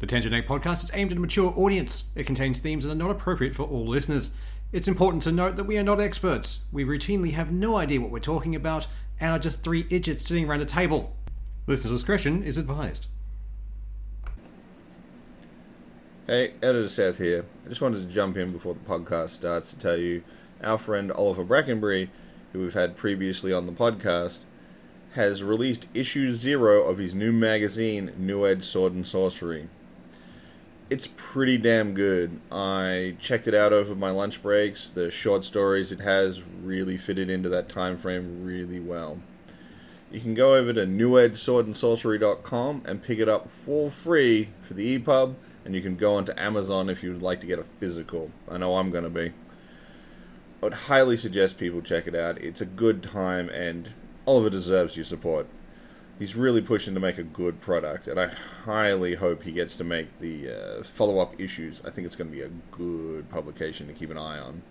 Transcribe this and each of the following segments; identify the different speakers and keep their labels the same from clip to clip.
Speaker 1: The Tangent Egg podcast is aimed at a mature audience. It contains themes that are not appropriate for all listeners. It's important to note that we are not experts. We routinely have no idea what we're talking about and are just three idiots sitting around a table. Listener discretion is advised.
Speaker 2: Hey, Editor Seth here. I just wanted to jump in before the podcast starts to tell you our friend Oliver Brackenbury, who we've had previously on the podcast, has released issue zero of his new magazine, New Ed Sword and Sorcery. It's pretty damn good. I checked it out over my lunch breaks. The short stories it has really fitted into that time frame really well. You can go over to newedswordandsorcery.com and pick it up for free for the E EPUB, and you can go onto Amazon if you'd like to get a physical. I know I'm going to be. I would highly suggest people check it out. It's a good time, and Oliver deserves your support. He's really pushing to make a good product, and I highly hope he gets to make the uh, follow up issues. I think it's going to be a good publication to keep an eye on.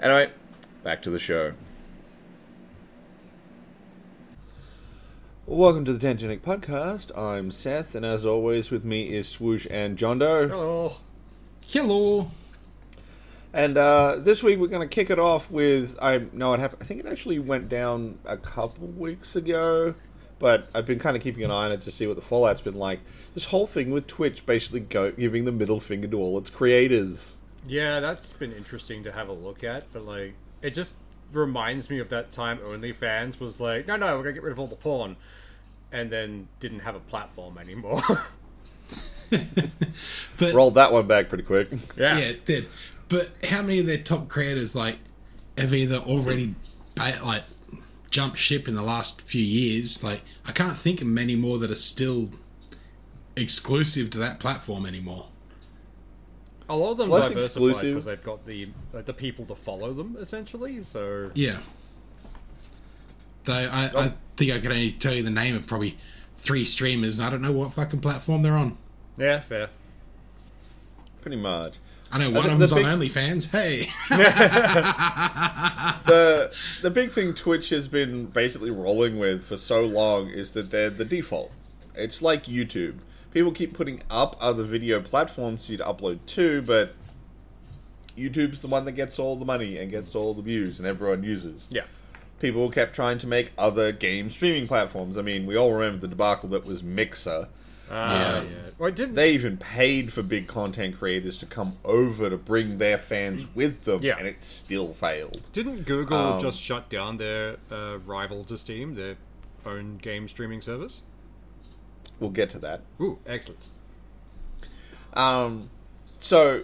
Speaker 2: Anyway, back to the show. Welcome to the Tangenic Podcast. I'm Seth, and as always, with me is Swoosh and John Doe.
Speaker 1: Hello.
Speaker 3: Hello.
Speaker 2: And uh, this week we're going to kick it off with I know it happened. I think it actually went down a couple weeks ago, but I've been kind of keeping an eye on it to see what the fallout's been like. This whole thing with Twitch basically go, giving the middle finger to all its creators.
Speaker 4: Yeah, that's been interesting to have a look at, but like, it just reminds me of that time OnlyFans was like, no, no, we're gonna get rid of all the porn, and then didn't have a platform anymore.
Speaker 3: but
Speaker 2: Rolled that one back pretty quick.
Speaker 4: yeah.
Speaker 3: yeah, it did. But how many of their top creators like have either already ba- like jumped ship in the last few years? Like, I can't think of many more that are still exclusive to that platform anymore.
Speaker 4: a lot of them
Speaker 2: It's less
Speaker 4: diversified
Speaker 2: exclusive.
Speaker 4: because they've got the like, the people to follow them essentially. So
Speaker 3: Yeah. Though I,
Speaker 2: Oh.
Speaker 3: I think I can only tell you the name of probably three streamers, and I don't know what fucking platform they're on.
Speaker 4: yeah, fair.
Speaker 2: Pretty much.
Speaker 3: I know one
Speaker 2: think
Speaker 3: of them's
Speaker 2: the
Speaker 3: on OnlyFans. Hey,
Speaker 2: The the big thing Twitch has been basically rolling with for so long is that they're the default. It's like YouTube. People keep putting up other video platforms for you to upload to, but YouTube's the one that gets all the money and gets all the views and everyone uses.
Speaker 4: Yeah,
Speaker 2: People kept trying to make other game streaming platforms. I mean, we all remember the debacle that was Mixer. Um, Ah,
Speaker 4: uh, yeah. Well, it didn't.
Speaker 2: They even paid for big content creators to come over to bring their fans with them,
Speaker 4: Mm. Yeah.
Speaker 2: and it still failed.
Speaker 4: Didn't Google
Speaker 2: Um,
Speaker 4: just shut down their uh, rival to Steam, their own game streaming service?
Speaker 2: We'll get to that.
Speaker 4: Ooh, excellent.
Speaker 2: Um, so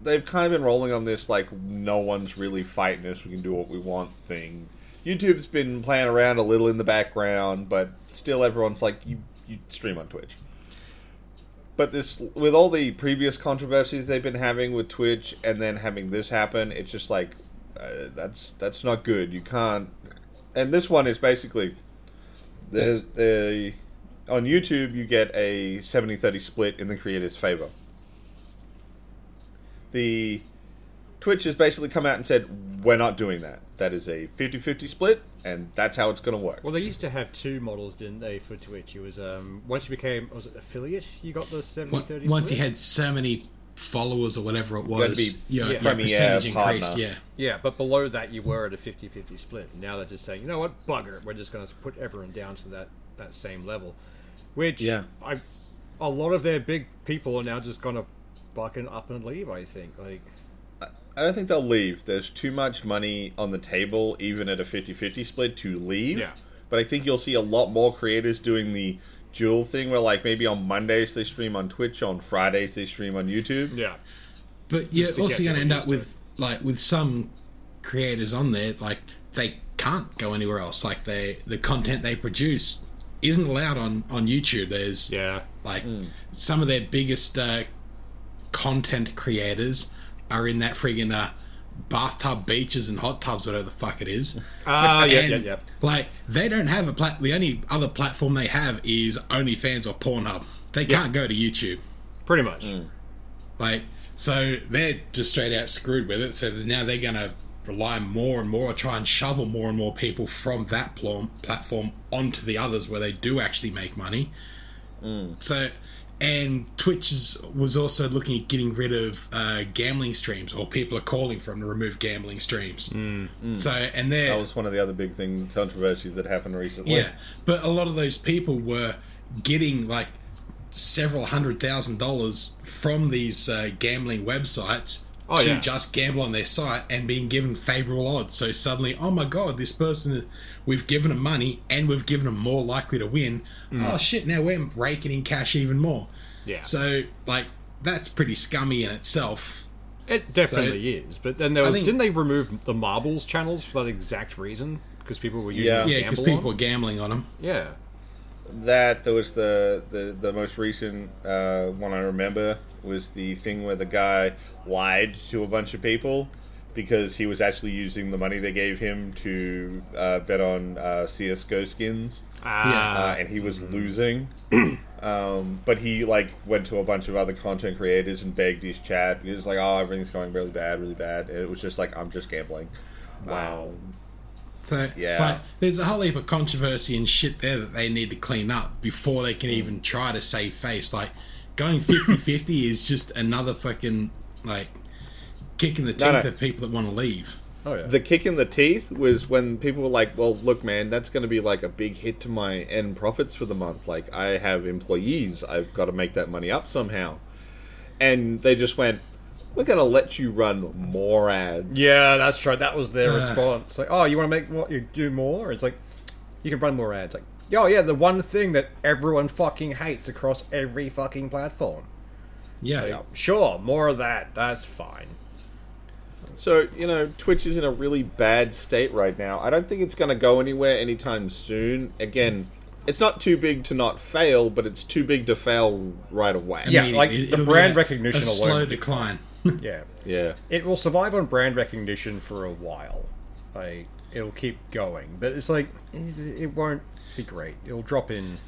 Speaker 2: they've kind of been rolling on this like no one's really fighting us. We can do what we want thing. YouTube's been playing around a little in the background, but still everyone's like you you stream on Twitch. But this with all the previous controversies they've been having with Twitch and then having this happen, it's just like uh, that's that's not good. You can't. And this one is basically there's a on YouTube you get a 70-30 split in the creator's favor. The Twitch has basically come out and said we're not doing that. That is a 50-50 split and that's how it's going to work.
Speaker 4: Well, they used to have two models, didn't they, for Twitch? It was um, once you became was it affiliate, you got the 70
Speaker 3: on-
Speaker 4: 30
Speaker 3: once you
Speaker 4: split?
Speaker 3: had so many followers or whatever it was,
Speaker 2: be
Speaker 3: your,
Speaker 4: yeah.
Speaker 3: your
Speaker 2: Premier
Speaker 3: percentage
Speaker 2: partner.
Speaker 3: increased. Yeah.
Speaker 4: Yeah, but below that you were at a 50-50 split. Now they're just saying, you know what, bugger it. We're just going to put everyone down to that, that same level. Which
Speaker 2: Yeah.
Speaker 4: I, a lot of their big people are now just going to fucking up and leave. I think like
Speaker 2: I don't think they'll leave. There's too much money on the table, even at a 50 50 split, to leave.
Speaker 4: Yeah.
Speaker 2: But I think you'll see a lot more creators doing the dual thing where, like, maybe on Mondays they stream on Twitch, on Fridays they stream on YouTube.
Speaker 4: yeah,
Speaker 3: But you're
Speaker 4: to
Speaker 3: also
Speaker 4: get
Speaker 3: going
Speaker 4: people
Speaker 3: to end
Speaker 4: used
Speaker 3: up
Speaker 4: to
Speaker 3: with like with some creators on there, like they can't go anywhere else. Like they the content they produce isn't allowed on on YouTube. There's
Speaker 4: yeah,
Speaker 3: like some of their biggest uh, content creators are in that friggin' uh, bathtub beaches and hot tubs, whatever the fuck it is.
Speaker 4: ah, yeah, yeah,
Speaker 3: And,
Speaker 4: yeah.
Speaker 3: Like they don't have a plat. The only other platform they have is OnlyFans or Pornhub. They can't go to YouTube.
Speaker 4: Pretty much.
Speaker 3: Like, so they're just straight out screwed with it. So now they're going to rely more and more, or try and shovel more and more people from that
Speaker 2: Mm.
Speaker 3: pl- platform onto the others where they do actually make money. So And Twitch is, was also looking at getting rid of uh, gambling streams, or people are calling for them to remove gambling streams. So, and they're
Speaker 2: Mm. That was one of the other big thing controversies that happened recently.
Speaker 3: yeah, but a lot of those people were getting like several hundred thousand dollars from these uh, gambling websites
Speaker 1: Oh,
Speaker 3: to
Speaker 1: yeah.
Speaker 3: just gamble on their site and being given favorable odds. So suddenly, oh my god, this person we've given them money and we've given them more likely to win. Oh shit, now we're raking in cash even more.
Speaker 1: Mm. Yeah.
Speaker 3: So like that's pretty scummy in itself.
Speaker 1: It definitely is. But then there was,
Speaker 3: think-
Speaker 1: didn't they remove the marbles channels for that exact reason? Because people were using
Speaker 2: Yeah.
Speaker 1: it to
Speaker 3: Yeah, because
Speaker 1: gamble
Speaker 3: people
Speaker 1: on?
Speaker 3: are gambling on them.
Speaker 1: Yeah.
Speaker 2: That there was the the, the most recent uh, one I remember was the thing where the guy lied to a bunch of people because he was actually using the money they gave him to uh, bet on uh, CS:GO skins,
Speaker 1: Ah,
Speaker 2: uh, and he was losing. Um, but he like went to a bunch of other content creators and begged his chat. He was like, "Oh, everything's going really bad, really bad." And it was just like, "I'm just gambling."
Speaker 1: Wow.
Speaker 2: Um,
Speaker 3: So
Speaker 2: Yeah.
Speaker 3: but there's a whole heap of controversy and shit there that they need to clean up before they can even try to save face. Like going 50-50 is just another fucking like kicking the teeth
Speaker 2: No, no.
Speaker 3: of people that want to leave.
Speaker 1: oh yeah.
Speaker 2: The kick in the teeth was when people were like, "Well, look, man, that's going to be like a big hit to my end profits for the month. Like, I have employees. I've got to make that money up somehow." And they just went, "We're going to let you run more ads."
Speaker 4: Yeah, that's right. That was their response. Like, oh, you want to make what you do more? It's like you can run more ads. Like, oh yeah, the one thing that everyone fucking hates across every fucking platform.
Speaker 3: Yeah.
Speaker 2: Yeah.
Speaker 4: Sure, more of that. That's fine.
Speaker 2: So, you know, Twitch is in a really bad state right now. I don't think it's going to go anywhere anytime soon. Again, it's not too big to not fail, but it's too big to fail right away.
Speaker 4: Yeah.
Speaker 3: Meaning
Speaker 4: like, the
Speaker 3: it'll be
Speaker 4: brand
Speaker 3: a-
Speaker 4: recognition
Speaker 3: a
Speaker 4: alone.
Speaker 3: slow decline.
Speaker 4: Yeah,
Speaker 2: Yeah.
Speaker 4: it will survive on brand recognition for a while. Like, it'll keep going, but it's like it it won't be great. It'll drop in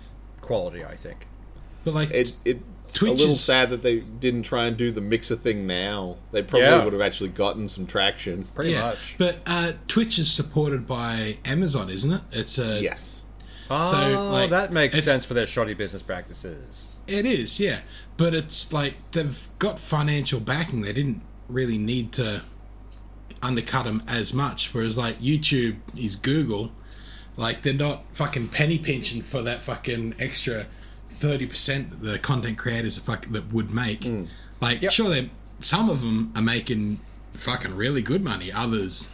Speaker 4: quality, I think.
Speaker 3: but like
Speaker 2: It's it's
Speaker 3: Twitch
Speaker 2: a little
Speaker 3: is-
Speaker 2: sad that they didn't try and do the mixer thing now. They probably
Speaker 4: Yeah.
Speaker 2: would have actually gotten some traction.
Speaker 4: Pretty
Speaker 3: yeah.
Speaker 4: much.
Speaker 3: But uh, Twitch is supported by Amazon, isn't it? It's a
Speaker 2: Yes.
Speaker 4: Oh,
Speaker 3: like,
Speaker 4: that makes
Speaker 3: it's-
Speaker 4: sense for their shoddy business practices.
Speaker 3: It is, yeah. But it's like they've got financial backing. They didn't really need to undercut them as much. Whereas like YouTube is Google, like they're not fucking penny pinching for that fucking extra thirty percent that the content creators are fucking, that would make.
Speaker 4: Mm.
Speaker 3: Like sure, they some of them are making fucking really good money. Others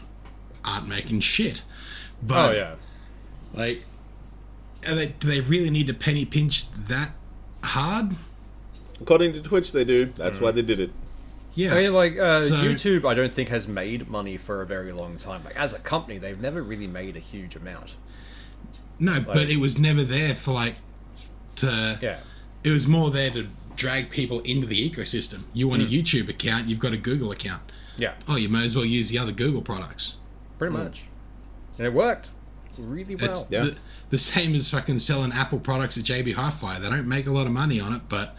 Speaker 3: aren't making shit. But
Speaker 4: Oh yeah.
Speaker 3: like, are they, do they really need to penny pinch that hard?
Speaker 2: According to Twitch, they do. That's
Speaker 4: Mm.
Speaker 2: why they did it.
Speaker 3: Yeah.
Speaker 4: I mean, like uh,
Speaker 3: So-
Speaker 4: YouTube, I don't think has made money for a very long time. Like as a company, they've never really made a huge amount.
Speaker 3: no, but it was never there for like to.
Speaker 4: Yeah,
Speaker 3: It was more there to drag people into the ecosystem. You want a YouTube account, you've got a Google account.
Speaker 4: yeah,
Speaker 3: Oh, you may as well use the other Google products.
Speaker 4: pretty much, and it worked really well.
Speaker 3: Hmm. It's
Speaker 2: yeah.
Speaker 3: the, the same as fucking selling Apple products at JB Hi-Fi. They don't make a lot of money on it, but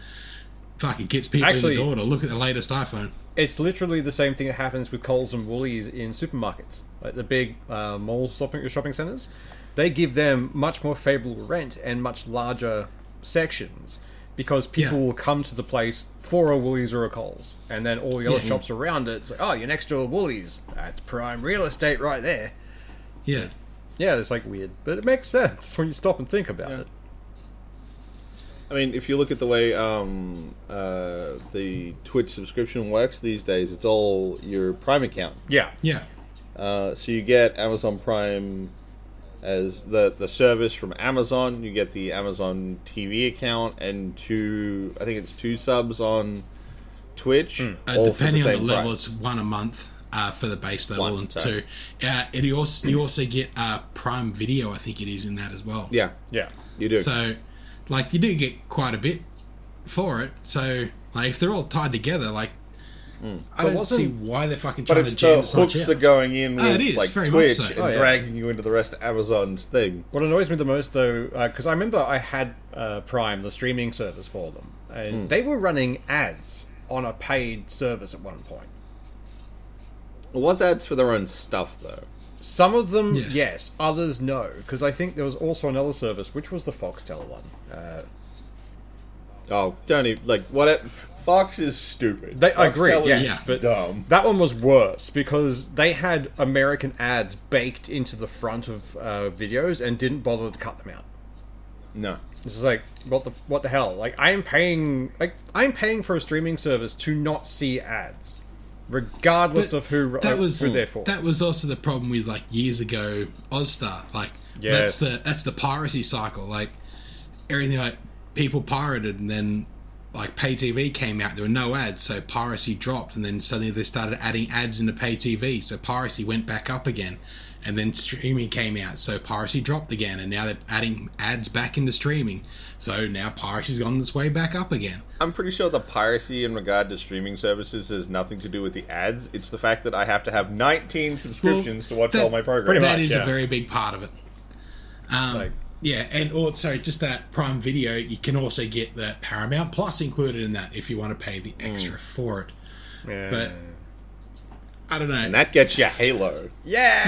Speaker 3: fuck, it gets people
Speaker 4: Actually-
Speaker 3: in the door to look at the latest iPhone.
Speaker 4: It's literally the same thing that happens with Coles and Woolies in supermarkets, like the big uh, mall shopping, shopping centers. They give them much more favorable rent and much larger sections because people
Speaker 3: Yeah.
Speaker 4: will come to the place for a Woolies or a Coles, and then all the other shops around it. It's like, oh, you're next to a Woolies. That's prime real estate right there.
Speaker 3: Yeah.
Speaker 4: Yeah, it's like weird, but it makes sense when you stop and think about it.
Speaker 2: I mean, if you look at the way um, uh, the Twitch subscription works these days, it's all your Prime account.
Speaker 4: Yeah,
Speaker 3: Yeah.
Speaker 2: Uh, so you get Amazon Prime as the the service from Amazon. You get the Amazon TV account and two. I think it's two subs on Twitch.
Speaker 4: Hmm.
Speaker 3: Uh,
Speaker 2: all for
Speaker 3: depending on the
Speaker 2: same
Speaker 3: level,
Speaker 2: price.
Speaker 3: it's one a month uh, for the base level,
Speaker 2: One,
Speaker 3: and
Speaker 2: sorry.
Speaker 3: two. Uh, it you also you also get uh, Prime Video, I think it is in that as well.
Speaker 2: Yeah,
Speaker 4: yeah,
Speaker 2: you do.
Speaker 3: So, like, you do get quite a bit for it. So, like, if they're all tied together, like, I
Speaker 4: But
Speaker 3: don't
Speaker 4: wasn't-
Speaker 3: see why they're fucking
Speaker 2: But
Speaker 3: trying
Speaker 2: it's
Speaker 3: to jam
Speaker 2: the
Speaker 3: as much
Speaker 2: hooks
Speaker 3: out.
Speaker 2: are going in with
Speaker 3: Ah, it is,
Speaker 2: like
Speaker 3: very
Speaker 2: Twitch
Speaker 3: much so.
Speaker 2: and
Speaker 4: Oh, yeah.
Speaker 2: dragging you into the rest of Amazon's thing.
Speaker 4: What annoys me the most, though, because I remember I had uh, Prime, the streaming service for them, and they were running ads on a paid service at one point.
Speaker 2: It was ads for their own stuff though.
Speaker 4: Some of them,
Speaker 3: Yeah.
Speaker 4: yes, others, no, because I think there was also another service, which was the Foxtel one. Uh,
Speaker 2: Oh, don't even like what it. Fox is stupid.
Speaker 4: They
Speaker 2: Fox
Speaker 4: agree, yes,
Speaker 2: Television's
Speaker 4: but
Speaker 2: dumb.
Speaker 4: that one was worse because they had American ads baked into the front of uh, videos and didn't bother to cut them out.
Speaker 2: No,
Speaker 4: This is like what the what the hell? Like I am paying like I am paying for a streaming service to not see ads, regardless
Speaker 3: But
Speaker 4: of who
Speaker 3: that
Speaker 4: uh,
Speaker 3: was
Speaker 4: who they're for.
Speaker 3: that was also the problem with like years ago Ozstar. Like
Speaker 4: Yes.
Speaker 3: that's the that's the piracy cycle. Like everything like people pirated and then like pay TV came out. There were no ads, so piracy dropped, and then suddenly they started adding ads into pay TV, so piracy went back up again. And then streaming came out, so piracy dropped again, and now they're adding ads back into streaming. So now piracy's gone its way back up again.
Speaker 2: I'm pretty sure the piracy in regard to streaming services has nothing to do with the ads. It's the fact that I have to have 19 subscriptions to watch
Speaker 3: that-
Speaker 2: all my programs.
Speaker 4: Pretty
Speaker 3: That
Speaker 4: much,
Speaker 3: is
Speaker 4: yeah.
Speaker 3: a very big part of it. Um,
Speaker 4: Like-
Speaker 3: yeah, and also just that Prime Video, you can also get the Paramount Plus included in that if you want to pay the
Speaker 2: Hmm.
Speaker 3: extra for it.
Speaker 4: yeah.
Speaker 3: But I don't know.
Speaker 2: And that gets you Halo.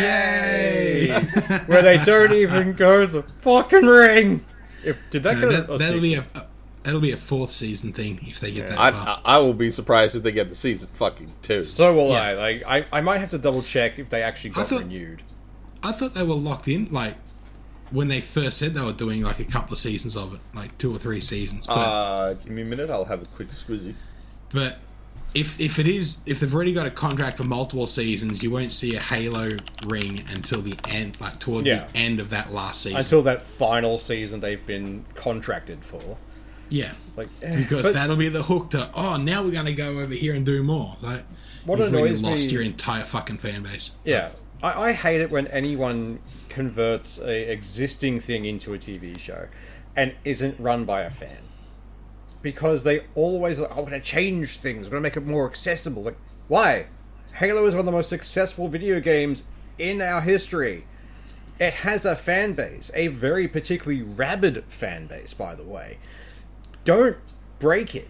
Speaker 4: Yay!
Speaker 3: Yay!
Speaker 4: Where they don't even go to the fucking ring. If did that go?
Speaker 3: Uh, that,
Speaker 4: to, a
Speaker 3: that'll
Speaker 4: sequel?
Speaker 3: be a, a that'll be a fourth season thing if they get that
Speaker 2: I,
Speaker 3: far.
Speaker 2: I, I will be surprised if they get to season fucking two.
Speaker 4: So will
Speaker 3: Yeah.
Speaker 4: I. Like, I, I might have to double check if they actually got
Speaker 3: thought-
Speaker 4: renewed.
Speaker 3: I thought they were locked in, like when they first said they were doing like a couple of seasons of it, like two or three seasons. But
Speaker 2: Uh, give me a minute. I'll have a quick squizzy.
Speaker 3: But if if it is if they've already got a contract for multiple seasons, you won't see a Halo ring until the end, like towards
Speaker 2: Yeah.
Speaker 3: the end of that last season.
Speaker 4: Until that final season they've been contracted for.
Speaker 3: yeah,
Speaker 4: Like, eh,
Speaker 3: because
Speaker 4: but
Speaker 3: that'll be the hook to oh now we're gonna go over here and do more. It's Like
Speaker 4: What
Speaker 3: you've already
Speaker 4: annoys
Speaker 3: lost
Speaker 4: me-
Speaker 3: your entire fucking fan base.
Speaker 4: Yeah, I, I hate it when anyone converts a existing thing into a TV show, and isn't run by a fan, because they always are, I'm going to change things. I'm going to make it more accessible. Like, why? Halo is one of the most successful video games in our history. It has a fan base, a very particularly rabid fan base, by the way. Don't break it,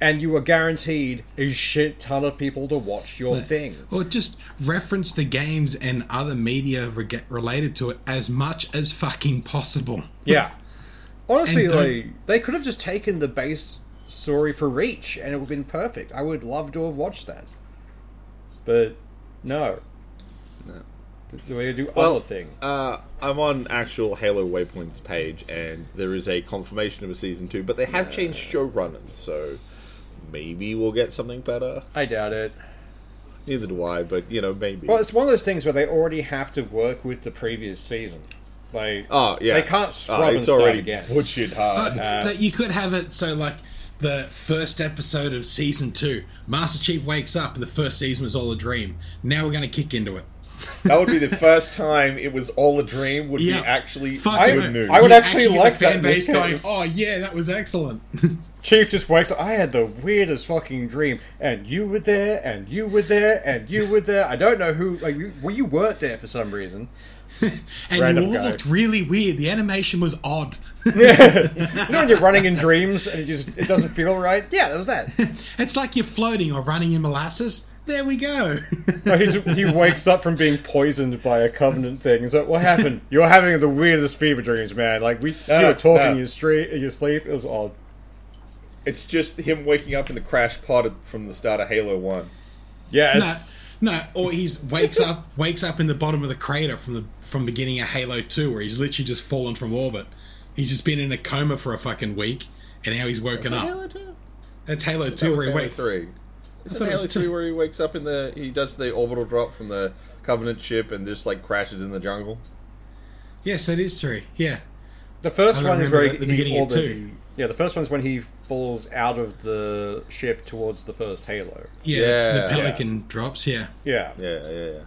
Speaker 4: and you are guaranteed a shit ton of people to watch your thing.
Speaker 3: Or just reference the games and other media reg- related to it as much as fucking possible.
Speaker 4: Yeah. Honestly,
Speaker 3: And don't-
Speaker 4: like they could have just taken the base story for Reach, and it would have been perfect. I would love to have watched that, but no. No. We do
Speaker 2: Well,
Speaker 4: other thing.
Speaker 2: Uh, I'm on actual Halo Waypoints page, and there is a confirmation of a season two, but they have changed showrunners, so maybe we'll get something better.
Speaker 4: I doubt it.
Speaker 2: Neither do I, but you know, maybe.
Speaker 4: Well, it's one of those things where they already have to work with the previous season. Like,
Speaker 2: oh yeah,
Speaker 4: they can't scrub
Speaker 2: Oh,
Speaker 4: and
Speaker 2: it's
Speaker 4: start
Speaker 2: already
Speaker 4: again. Uh,
Speaker 2: butchered hard.
Speaker 3: that you could have it so like the first episode of season two, Master Chief wakes up and the first season was all a dream. Now we're gonna kick into it.
Speaker 2: that would be the first time it was all a dream. Would
Speaker 3: Yeah.
Speaker 2: be actually
Speaker 3: Fuck
Speaker 2: good
Speaker 3: it.
Speaker 2: news.
Speaker 4: I would
Speaker 3: You
Speaker 4: actually
Speaker 3: get
Speaker 4: like
Speaker 3: the fan
Speaker 4: that in
Speaker 3: base
Speaker 4: this
Speaker 3: going,
Speaker 4: case.
Speaker 3: Oh yeah, that was excellent.
Speaker 4: Chief just wakes up. I had the weirdest fucking dream, and you were there, and you were there, and you were there. I don't know who. Like, you, well, you weren't there for some reason.
Speaker 3: and
Speaker 4: Random
Speaker 3: you all
Speaker 4: guy.
Speaker 3: looked really weird. The animation was odd.
Speaker 4: You know when you're running in dreams and it just it doesn't feel right? Yeah, that was that.
Speaker 3: it's like you're floating or running in molasses. There we go.
Speaker 4: No, he's, he wakes up from being poisoned by a covenant thing. He's like, what happened? You're having the weirdest fever dreams, man. Like we, you
Speaker 2: no,
Speaker 4: were talking
Speaker 2: no.
Speaker 4: in your street, in your sleep. It was odd.
Speaker 2: It's just him waking up in the crash pod at- from the start of Halo One.
Speaker 3: no,
Speaker 4: Yes.
Speaker 3: no, or he's wakes up wakes up in the bottom of the crater from the from beginning of Halo Two, where he's literally just fallen from orbit. He's just been in a coma for a fucking week, and now he's woken up.
Speaker 2: Two,
Speaker 3: That's Halo Two, where he
Speaker 2: Halo
Speaker 3: wakes.
Speaker 2: Three. Is
Speaker 3: thought
Speaker 2: it
Speaker 3: it was
Speaker 2: Halo Three
Speaker 3: two.
Speaker 2: where he wakes up in the he does the orbital drop from the Covenant ship and just like crashes in the jungle?
Speaker 3: Yes, it is three. Yeah,
Speaker 4: The first
Speaker 3: I
Speaker 4: one is
Speaker 3: remember
Speaker 4: where
Speaker 3: that at the
Speaker 4: he
Speaker 3: beginning of
Speaker 4: already-
Speaker 3: two.
Speaker 4: Yeah, the first one's when he falls out of the ship towards the first Halo.
Speaker 3: yeah.
Speaker 2: Yeah.
Speaker 3: the, the pelican drops. Yeah,
Speaker 4: Yeah,
Speaker 2: Yeah, yeah, yeah.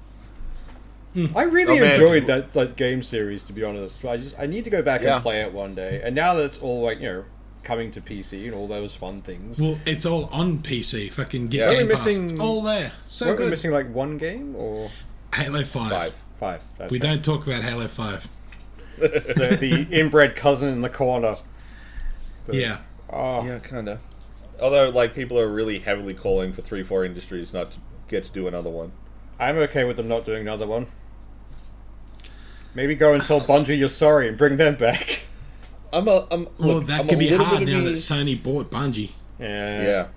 Speaker 4: I really
Speaker 2: Oh, man.
Speaker 4: enjoyed that, that game series. To be honest, I just I need to go back
Speaker 2: Yeah.
Speaker 4: and play it one day. And now that it's all like you know coming to PC and all those fun things,
Speaker 3: well, it's all on PC. Fucking get
Speaker 2: Yeah. Weren't
Speaker 3: Game
Speaker 4: we
Speaker 3: Pass.
Speaker 4: missing-
Speaker 3: It's all there. So
Speaker 4: Weren't we
Speaker 3: good.
Speaker 4: missing like one game or
Speaker 3: Halo Five.
Speaker 2: Five.
Speaker 4: five? That's
Speaker 3: We
Speaker 4: right.
Speaker 3: don't talk about Halo Five.
Speaker 4: the, the inbred cousin in the corner.
Speaker 3: Yeah,
Speaker 4: Oh,
Speaker 2: Yeah, kinda. Although, like, people are really heavily calling for three, four industries not to get to do another one.
Speaker 4: I'm okay with them not doing another one. Maybe go and tell Bungie you're sorry and bring them back.
Speaker 5: I'm a. I'm, look,
Speaker 3: Well, that
Speaker 5: I'm
Speaker 3: could
Speaker 5: a
Speaker 3: be
Speaker 5: little
Speaker 3: hard
Speaker 5: bit of
Speaker 3: now
Speaker 5: me-
Speaker 3: that Sony bought Bungie.
Speaker 1: Yeah.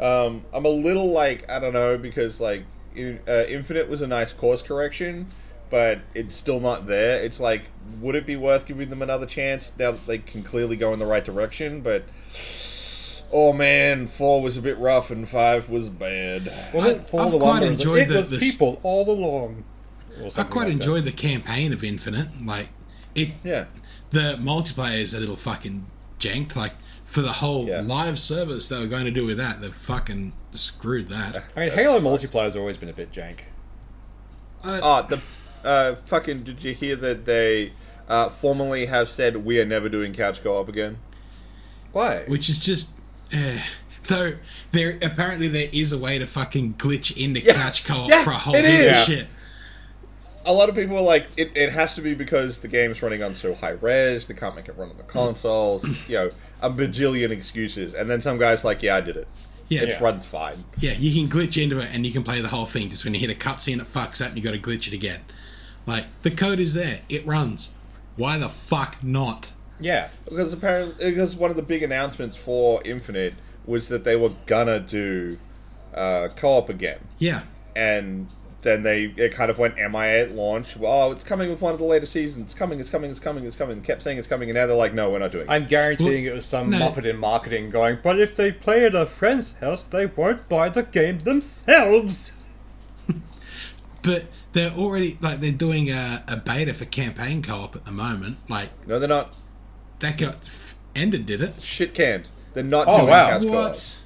Speaker 2: Yeah. Um, I'm a little like I don't know because like in, uh, Infinite was a nice course correction, but it's still not there. It's like would it be worth giving them another chance now that they can clearly go in the right direction? But oh man, four was a bit rough and five was bad.
Speaker 4: Well,
Speaker 3: I- I've quite enjoyed
Speaker 4: it
Speaker 3: the-
Speaker 4: was
Speaker 3: the s-
Speaker 4: people all along. or
Speaker 3: I
Speaker 4: something
Speaker 3: quite
Speaker 4: like that.
Speaker 3: enjoyed the campaign of Infinite. Like it,
Speaker 2: Yeah,
Speaker 3: the multiplayer is a little fucking janked. Like for the whole
Speaker 2: Yeah.
Speaker 3: live service they were going to do with that, they fucking screwed that.
Speaker 4: I mean, Halo multiplayer's always been a bit jank.
Speaker 2: Ah, the uh, fucking. Did you hear that they uh, formally have said we are never doing couch co op again?
Speaker 4: Why?
Speaker 3: which is just uh, though there apparently there is a way to fucking glitch into couch co-op
Speaker 2: Yeah,
Speaker 3: for a whole
Speaker 2: it
Speaker 3: heap
Speaker 2: is.
Speaker 3: of shit.
Speaker 2: A lot of people are like it. It has to be because the game's running on so high res, they can't make it run on the consoles. you know, a bajillion excuses, and then some guys like, yeah, I did it.
Speaker 3: Yeah,
Speaker 2: It
Speaker 3: yeah,
Speaker 2: runs fine.
Speaker 3: you can glitch into it and you can play the whole thing. Just when you hit a cutscene, it fucks up and you got to glitch it again. Like the code is there, it runs. Why the fuck not?
Speaker 4: Yeah.
Speaker 2: Because apparently, because one of the big announcements for Infinite was that they were gonna do uh, co-op again.
Speaker 3: Yeah,
Speaker 2: and then they it kind of went MIA at launch. Well, oh, it's coming with one of the later seasons. It's coming. It's coming. It's coming. It's coming. They kept saying it's coming, and now they're like, no, we're not doing. it.
Speaker 4: I'm guaranteeing it was some
Speaker 3: no.
Speaker 4: muppet in marketing going, but if they play at a friend's house, they won't buy the game themselves.
Speaker 3: but they're already like they're doing a, a beta for campaign co-op at the moment. Like
Speaker 2: No, they're not.
Speaker 3: that got f- ended, did it?
Speaker 2: Shit canned. They're not
Speaker 4: Oh,
Speaker 2: doing
Speaker 4: wow.
Speaker 2: couch co-op.
Speaker 3: What?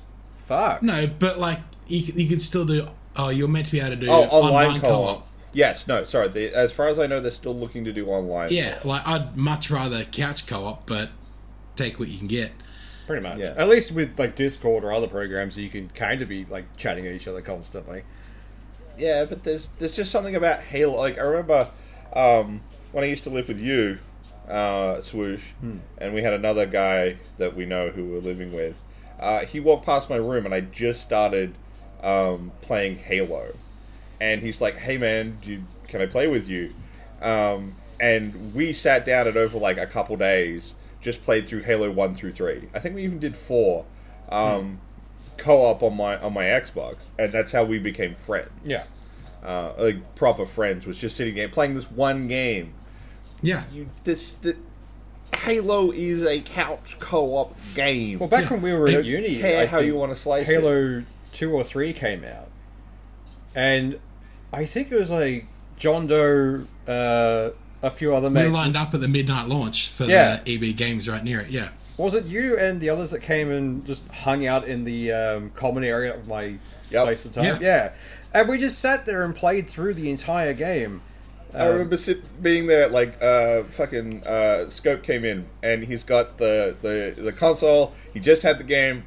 Speaker 4: Fuck.
Speaker 3: No, but like you, c- you could still do. Oh, you're meant to be able to do
Speaker 2: Oh,
Speaker 3: online,
Speaker 2: online, co-op. Yes. No. Sorry. They, as far as I know, they're still looking to do online.
Speaker 3: Yeah, like I'd much rather couch co-op, but take what you can get.
Speaker 4: Pretty much.
Speaker 2: Yeah.
Speaker 4: At least with like Discord or other programs, you can kind of be like chatting at each other constantly.
Speaker 2: Yeah, but there's there's just something about Halo. Like I remember um, when I used to live with you, uh, swoosh, and we had another guy that we know who we we're living with. Uh, he walked past my room, and I just started um, playing Halo, and he's like, "Hey man, do you, can I play with you?" Um, and we sat down and over like a couple days, just played through Halo one through three. I think we even did four. Um, co-op on my on my Xbox, and that's how we became friends.
Speaker 4: Yeah.
Speaker 2: uh, like proper friends was just sitting there playing this one game.
Speaker 3: Yeah,
Speaker 2: You this the, Halo is a couch co-op game.
Speaker 4: Well, back
Speaker 3: Yeah.
Speaker 4: when we were
Speaker 2: I
Speaker 4: at
Speaker 2: don't
Speaker 4: uni,
Speaker 2: care
Speaker 4: I
Speaker 2: how
Speaker 4: think
Speaker 2: you want to slice it.
Speaker 4: Halo two or three came out, and I think it was like John Doe, uh, a few other
Speaker 3: we
Speaker 4: mates.
Speaker 3: lined up at the midnight launch for
Speaker 4: Yeah.
Speaker 3: the EB Games right near it. Yeah,
Speaker 4: Was it you and the others that came and just hung out in the um, common area of my
Speaker 2: Yep.
Speaker 4: place at the time?
Speaker 3: Yeah.
Speaker 4: Yeah. And we just sat there and played through the entire game.
Speaker 2: I
Speaker 4: um,
Speaker 2: remember sit, being there, like uh, fucking uh, Scope came in, and he's got the, the the console. He just had the game,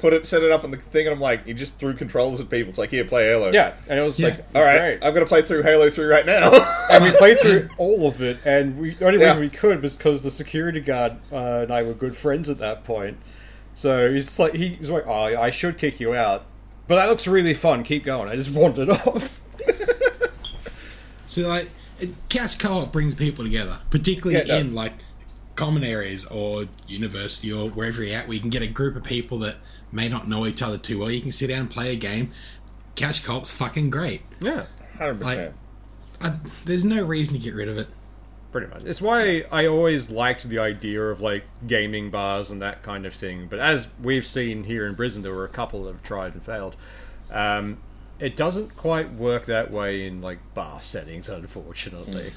Speaker 2: put it, set it up on the thing, and I'm like, he just threw controllers at people. It's like, here, play Halo.
Speaker 4: Yeah, and it was
Speaker 3: Yeah.
Speaker 4: like, it was
Speaker 2: All right,
Speaker 4: great.
Speaker 2: I'm gonna play through Halo Three right now.
Speaker 4: and we played through all of it, and we, the only
Speaker 2: Yeah.
Speaker 4: reason we could was because the security guard uh, and I were good friends at that point. So he's like, he was like, oh, I should kick you out, but that looks really fun. Keep going. I just wandered off.
Speaker 3: so like it, couch co-op brings people together, particularly
Speaker 2: Yeah, no.
Speaker 3: in like common areas or university or wherever you're at, where you can get a group of people that may not know each other too well. You can sit down and play a game. Couch co-op's fucking great.
Speaker 4: Yeah,
Speaker 2: Hundred percent.
Speaker 3: I, there's no reason to get rid of it.
Speaker 4: pretty much. It's why I always liked the idea of like gaming bars and that kind of thing. But as we've seen here in Brisbane, there were a couple that have tried and failed. Um, it doesn't quite work that way in like bar settings, unfortunately.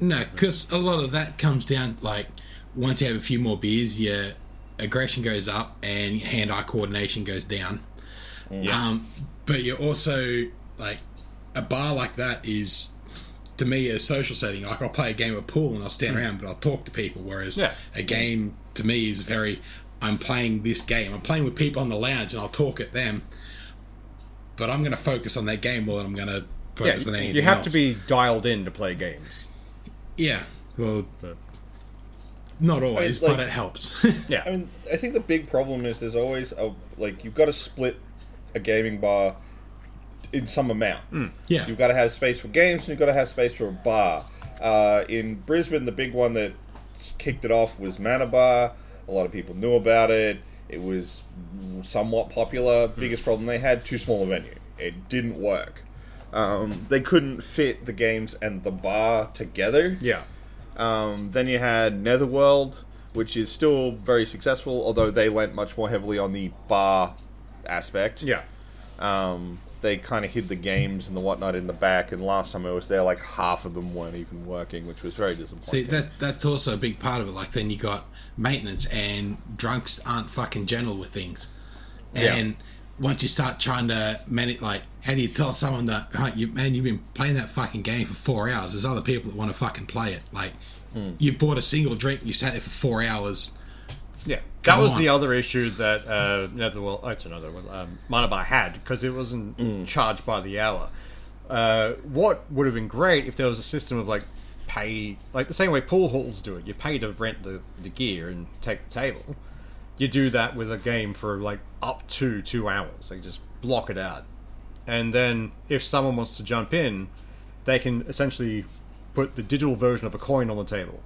Speaker 3: No, because a lot of that comes down like once you have a few more beers, your aggression goes up and hand-eye coordination goes down. Um, but you're also like a bar like that is to me a social setting. Like I'll play a game of pool and I'll stand around, but I'll talk to people. Whereas
Speaker 4: Mm. Yeah.
Speaker 3: a game to me is very I'm playing this game. I'm playing with people on the lounge and I'll talk at them. But I'm going to focus on that game more than I'm going to
Speaker 4: Yeah,
Speaker 3: focus on anything
Speaker 4: you have
Speaker 3: else.
Speaker 4: to be dialed in to play games.
Speaker 3: Yeah. Well,
Speaker 4: But-
Speaker 3: not always,
Speaker 2: like-
Speaker 3: but it helps.
Speaker 4: Yeah.
Speaker 2: I mean, I think the big problem is there's always a like you've got to split a gaming bar in some amount.
Speaker 3: yeah.
Speaker 2: You've got to have space for games, and you've got to have space for a bar. Uh, in Brisbane, the big one that kicked it off was Manabar. A lot of people knew about it. It was somewhat popular. Biggest problem they had: too small a venue. It didn't work. Um, they couldn't fit the games and the bar together.
Speaker 4: Yeah.
Speaker 2: Um, then you had Netherworld, which is still very successful, although they lent much more heavily on the bar aspect.
Speaker 4: Yeah.
Speaker 2: Um, they kind of hid the games and the whatnot in the back, and last time I was there, like half of them weren't even working, which was very disappointing.
Speaker 3: See, that that's also a big part of it. Like, then you got maintenance, and drunks aren't fucking gentle with things. And once you start trying to manage, like, how do you tell someone that, "Huh, you, man, you've been playing that fucking game for four hours? There's other people that want to fucking play it. Like, you've bought a single drink, and you sat there for four hours.
Speaker 4: Yeah, that
Speaker 3: Go
Speaker 4: was
Speaker 3: on.
Speaker 4: the other issue that uh, Netherworld, oh, it's another one, um, Manabar had because it wasn't charged by the hour. Uh, what would have been great if there was a system of like pay, like the same way pool halls do it. You pay to rent the, the gear and take the table. You do that with a game for like up to two hours. Like just block it out, and then if someone wants to jump in, they can essentially put the digital version of a coin on the table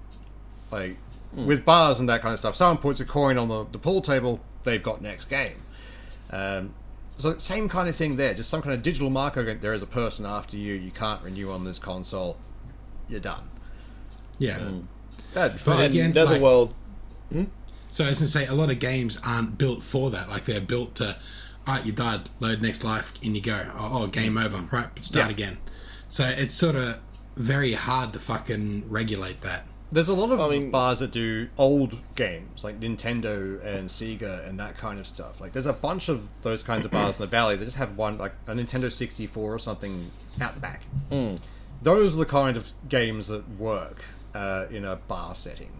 Speaker 4: like with bars and that kind of stuff. Someone puts a coin on the, the pool table, they've got next game. Um, so same kind of thing there, just some kind of digital marker. going, There is a person after you. You can't renew on this console. You're done.
Speaker 3: Yeah.
Speaker 4: That'd be
Speaker 3: But
Speaker 4: fine.
Speaker 3: again, like-
Speaker 2: Netherworld,
Speaker 3: So as I say, a lot of games aren't built for that. Like they're built to, all right, you died, load next life, in you go. Oh, oh game over. Right, start
Speaker 4: Yeah.
Speaker 3: again. So it's sort of very hard to fucking regulate that.
Speaker 4: There's a lot of
Speaker 2: mean-
Speaker 4: bars that do old games like Nintendo and Sega and that kind of stuff. Like there's a bunch of those kinds of bars in the valley. They just have one like a Nintendo 64 or something out the back.
Speaker 2: Hmm.
Speaker 4: Those are the kind of games that work uh, in a bar setting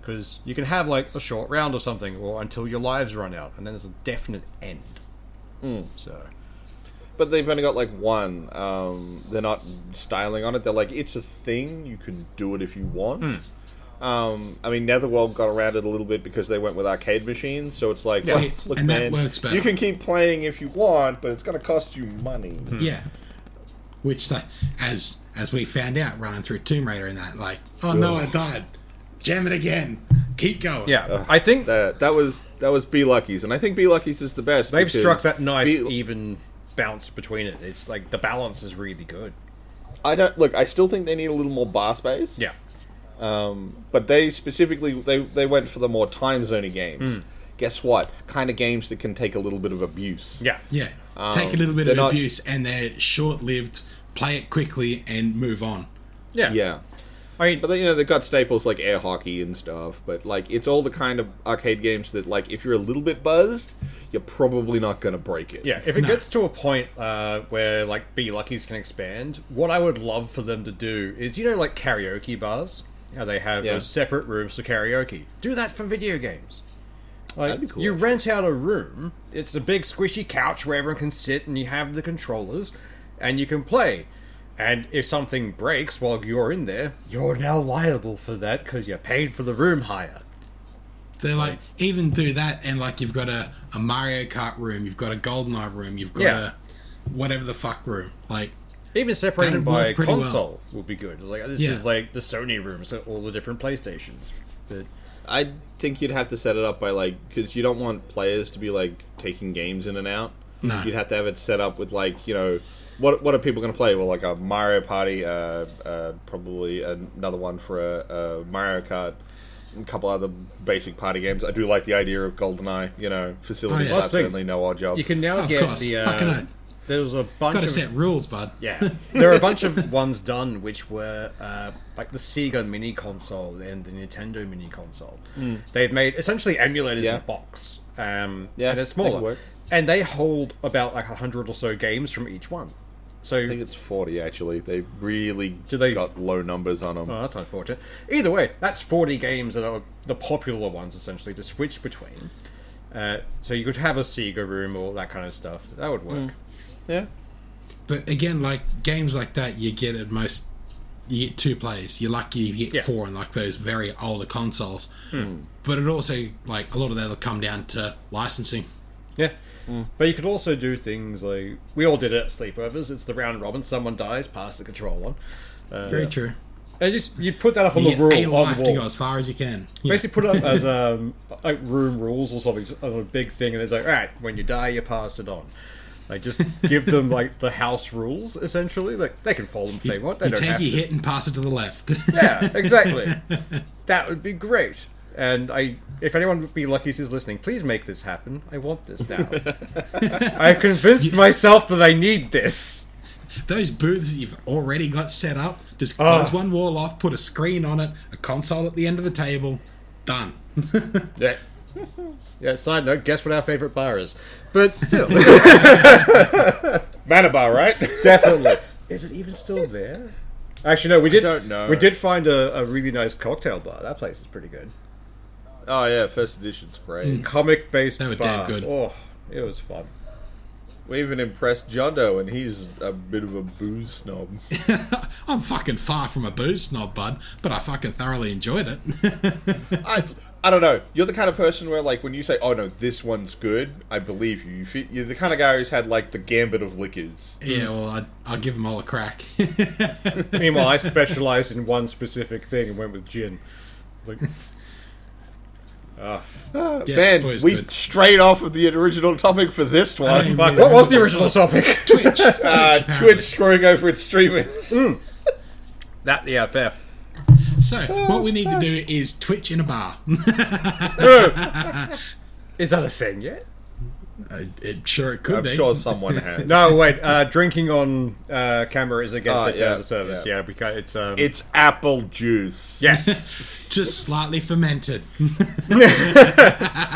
Speaker 4: because you can have like a short round or something, or until your lives run out, and then there's a definite end.
Speaker 2: Hmm.
Speaker 4: So
Speaker 2: But they've only got like one. Um, they're not styling on it. They're like, it's a thing. You can do it if you want.
Speaker 4: Hmm.
Speaker 2: Um, I mean, Netherworld got around it a little bit because they went with arcade machines. So it's like, "Oh,
Speaker 3: See,
Speaker 2: "Look, look,
Speaker 3: and that
Speaker 2: man,
Speaker 3: works better."
Speaker 2: you can keep playing if you want, but it's going to cost you money.
Speaker 4: Hmm.
Speaker 3: Yeah. Which, like, as as we found out running through Tomb Raider and that, like, oh no, I died. Jam it again. Keep going.
Speaker 4: yeah, I think
Speaker 2: That that was that was Be Lucky's, and I think Be Lucky's is the best.
Speaker 4: they've
Speaker 2: because
Speaker 4: struck that nice
Speaker 2: Be-
Speaker 4: even bounce between it. It's like the balance is really good.
Speaker 2: I don't look. I still think they need a little more bar space.
Speaker 4: Yeah.
Speaker 2: but they specifically they, they went for the more time zony
Speaker 4: Hmm.
Speaker 2: games. Guess what? Kind of games that can take a little bit of abuse.
Speaker 4: Yeah.
Speaker 3: Yeah. Take a little bit
Speaker 2: they're
Speaker 3: of
Speaker 2: not-
Speaker 3: abuse, and they're short lived. Play it quickly and move on.
Speaker 4: Yeah.
Speaker 2: Yeah.
Speaker 4: I mean,
Speaker 2: But they, you know they've got staples like air hockey and stuff, but like it's all the kind of arcade games that like if you're a little bit buzzed, you're probably not going to break it.
Speaker 4: yeah, if it gets to a point uh, where like Be Luckies can expand, what I would love for them to do is you know like karaoke bars, how they have
Speaker 2: Yeah.
Speaker 4: those separate rooms for karaoke. Do that for video games. Like
Speaker 2: That'd be cool,
Speaker 4: you
Speaker 2: actually.
Speaker 4: rent out a room. It's a big squishy couch where everyone can sit, and you have the controllers, and you can play. And if something breaks while you're in there, you're now liable for that because you paid for the room hire.
Speaker 3: They're like, even do that, and like you've got a, a Mario Kart room, you've got a Goldeneye room, you've got
Speaker 4: Yeah.
Speaker 3: a whatever the fuck room. Like,
Speaker 4: Even separated
Speaker 3: That'd
Speaker 4: by
Speaker 3: work pretty well.
Speaker 4: console would be good. Like this
Speaker 3: Yeah.
Speaker 4: is like the Sony room, so all the different PlayStations. But
Speaker 2: I think you'd have to set it up by like because you don't want players to be like taking games in and out.
Speaker 3: No.
Speaker 2: You'd have to have it set up with like you know what what are people going to play? Well, like a Mario Party, uh, uh, probably another one for a, a Mario Kart. A couple other basic party games. I do like the idea of GoldenEye. You know, facilities.
Speaker 3: Oh, yeah.
Speaker 2: are certainly no odd job.
Speaker 4: you can now
Speaker 3: of
Speaker 4: get
Speaker 3: course,
Speaker 4: the
Speaker 3: fucking
Speaker 4: uh,
Speaker 3: hell.
Speaker 4: there was a bunch
Speaker 3: Got to
Speaker 4: of
Speaker 3: set rules, bud.
Speaker 4: yeah there are a bunch of ones done which were uh, like the Sega Mini console and the Nintendo Mini console. They've made essentially
Speaker 2: Hmm.
Speaker 4: emulators in
Speaker 2: Yeah.
Speaker 4: a box. Um,
Speaker 2: Yeah,
Speaker 4: and they're
Speaker 2: they can
Speaker 4: smaller,
Speaker 2: work.
Speaker 4: and they hold about like hundred or so games from each one. So
Speaker 2: I think it's 40 actually. They really
Speaker 4: they-
Speaker 2: got low numbers on them.
Speaker 4: Oh, that's unfortunate. Either way, that's 40 games that are the popular ones, essentially, to switch between. Uh, so you could have a Sega room or that kind of stuff. That would work.
Speaker 2: yeah.
Speaker 3: But again, like games like that, you get at most you get two players. You're lucky you get
Speaker 4: Yeah. Hmm.
Speaker 3: four on like those very older consoles. But it also like a lot of that will come down to licensing.
Speaker 4: Yeah. But you could also do things like we all did it at sleepovers. It's the round robin. Someone dies, pass the control on.
Speaker 3: Very true.
Speaker 4: And just you put that up on
Speaker 3: You
Speaker 4: Uh, the
Speaker 3: get
Speaker 4: wall.
Speaker 3: a
Speaker 4: on the
Speaker 3: life to
Speaker 4: wall.
Speaker 3: go as far as you can. Yeah.
Speaker 4: Basically, put it up as um, like room rules or something on a big thing, and it's like, all right, when you die, you pass it on. Like, just give them like the house rules, essentially. Like, they can follow them if they want. They
Speaker 3: you
Speaker 4: don't
Speaker 3: take
Speaker 4: have
Speaker 3: your
Speaker 4: to.
Speaker 3: hit and pass it to the left.
Speaker 4: Yeah, exactly. that would be great. And I, if anyone would be lucky who's listening, please make this happen. I want this now. I convinced myself that I need this.
Speaker 3: Those booths that you've already got set up, just close
Speaker 4: Ah.
Speaker 3: one wall off, put a screen on it, a console at the end of the table, done.
Speaker 4: Yeah. Yeah. Side note: Guess what our favorite bar is? But still,
Speaker 2: Manabar, right?
Speaker 4: definitely. Is it even still there? Actually, no. We did.
Speaker 2: don't know.
Speaker 4: We did find a, a really nice cocktail bar. That place is pretty good.
Speaker 2: oh yeah, first edition's great.
Speaker 4: Comic based
Speaker 3: They
Speaker 4: bar.
Speaker 3: were damn good.
Speaker 4: Oh, it was fun.
Speaker 2: We even impressed Jondo, and he's a bit of a booze snob.
Speaker 3: I'm fucking far from a booze snob, bud, but I fucking thoroughly enjoyed it.
Speaker 2: I, I don't know. You're the kind of person where, like, when you say, "Oh no, this one's good," I believe you. you fe- you're the kind of guy who's had like the gambit of liquors.
Speaker 4: Mm.
Speaker 3: yeah, well, I, I'll give them all a crack.
Speaker 4: Meanwhile, I specialized in one specific thing and went with gin. Like,
Speaker 3: yeah,
Speaker 2: Man,
Speaker 3: always
Speaker 2: we
Speaker 3: good.
Speaker 2: strayed off of the original topic for this
Speaker 3: I don't
Speaker 2: one.
Speaker 3: even
Speaker 4: fuck,
Speaker 3: really
Speaker 4: what was
Speaker 3: remember
Speaker 4: the original topic?
Speaker 3: Twitch. Twitch,
Speaker 2: Uh,
Speaker 3: apparently.
Speaker 2: Twitch screwing over its streamers.
Speaker 4: that yeah, fair.
Speaker 3: So,
Speaker 2: Oh,
Speaker 3: what we need to do is Twitch in a bar.
Speaker 4: Is that a thing yet?
Speaker 3: Uh, it, sure, it could
Speaker 2: I'm
Speaker 3: be.
Speaker 2: sure someone has.
Speaker 4: No, wait. Uh, drinking on uh, camera is against
Speaker 2: Oh,
Speaker 4: the terms
Speaker 2: yeah,
Speaker 4: of service.
Speaker 2: yeah.
Speaker 4: Yeah, because it's um,
Speaker 2: It's apple juice.
Speaker 4: yes.
Speaker 3: Just slightly fermented.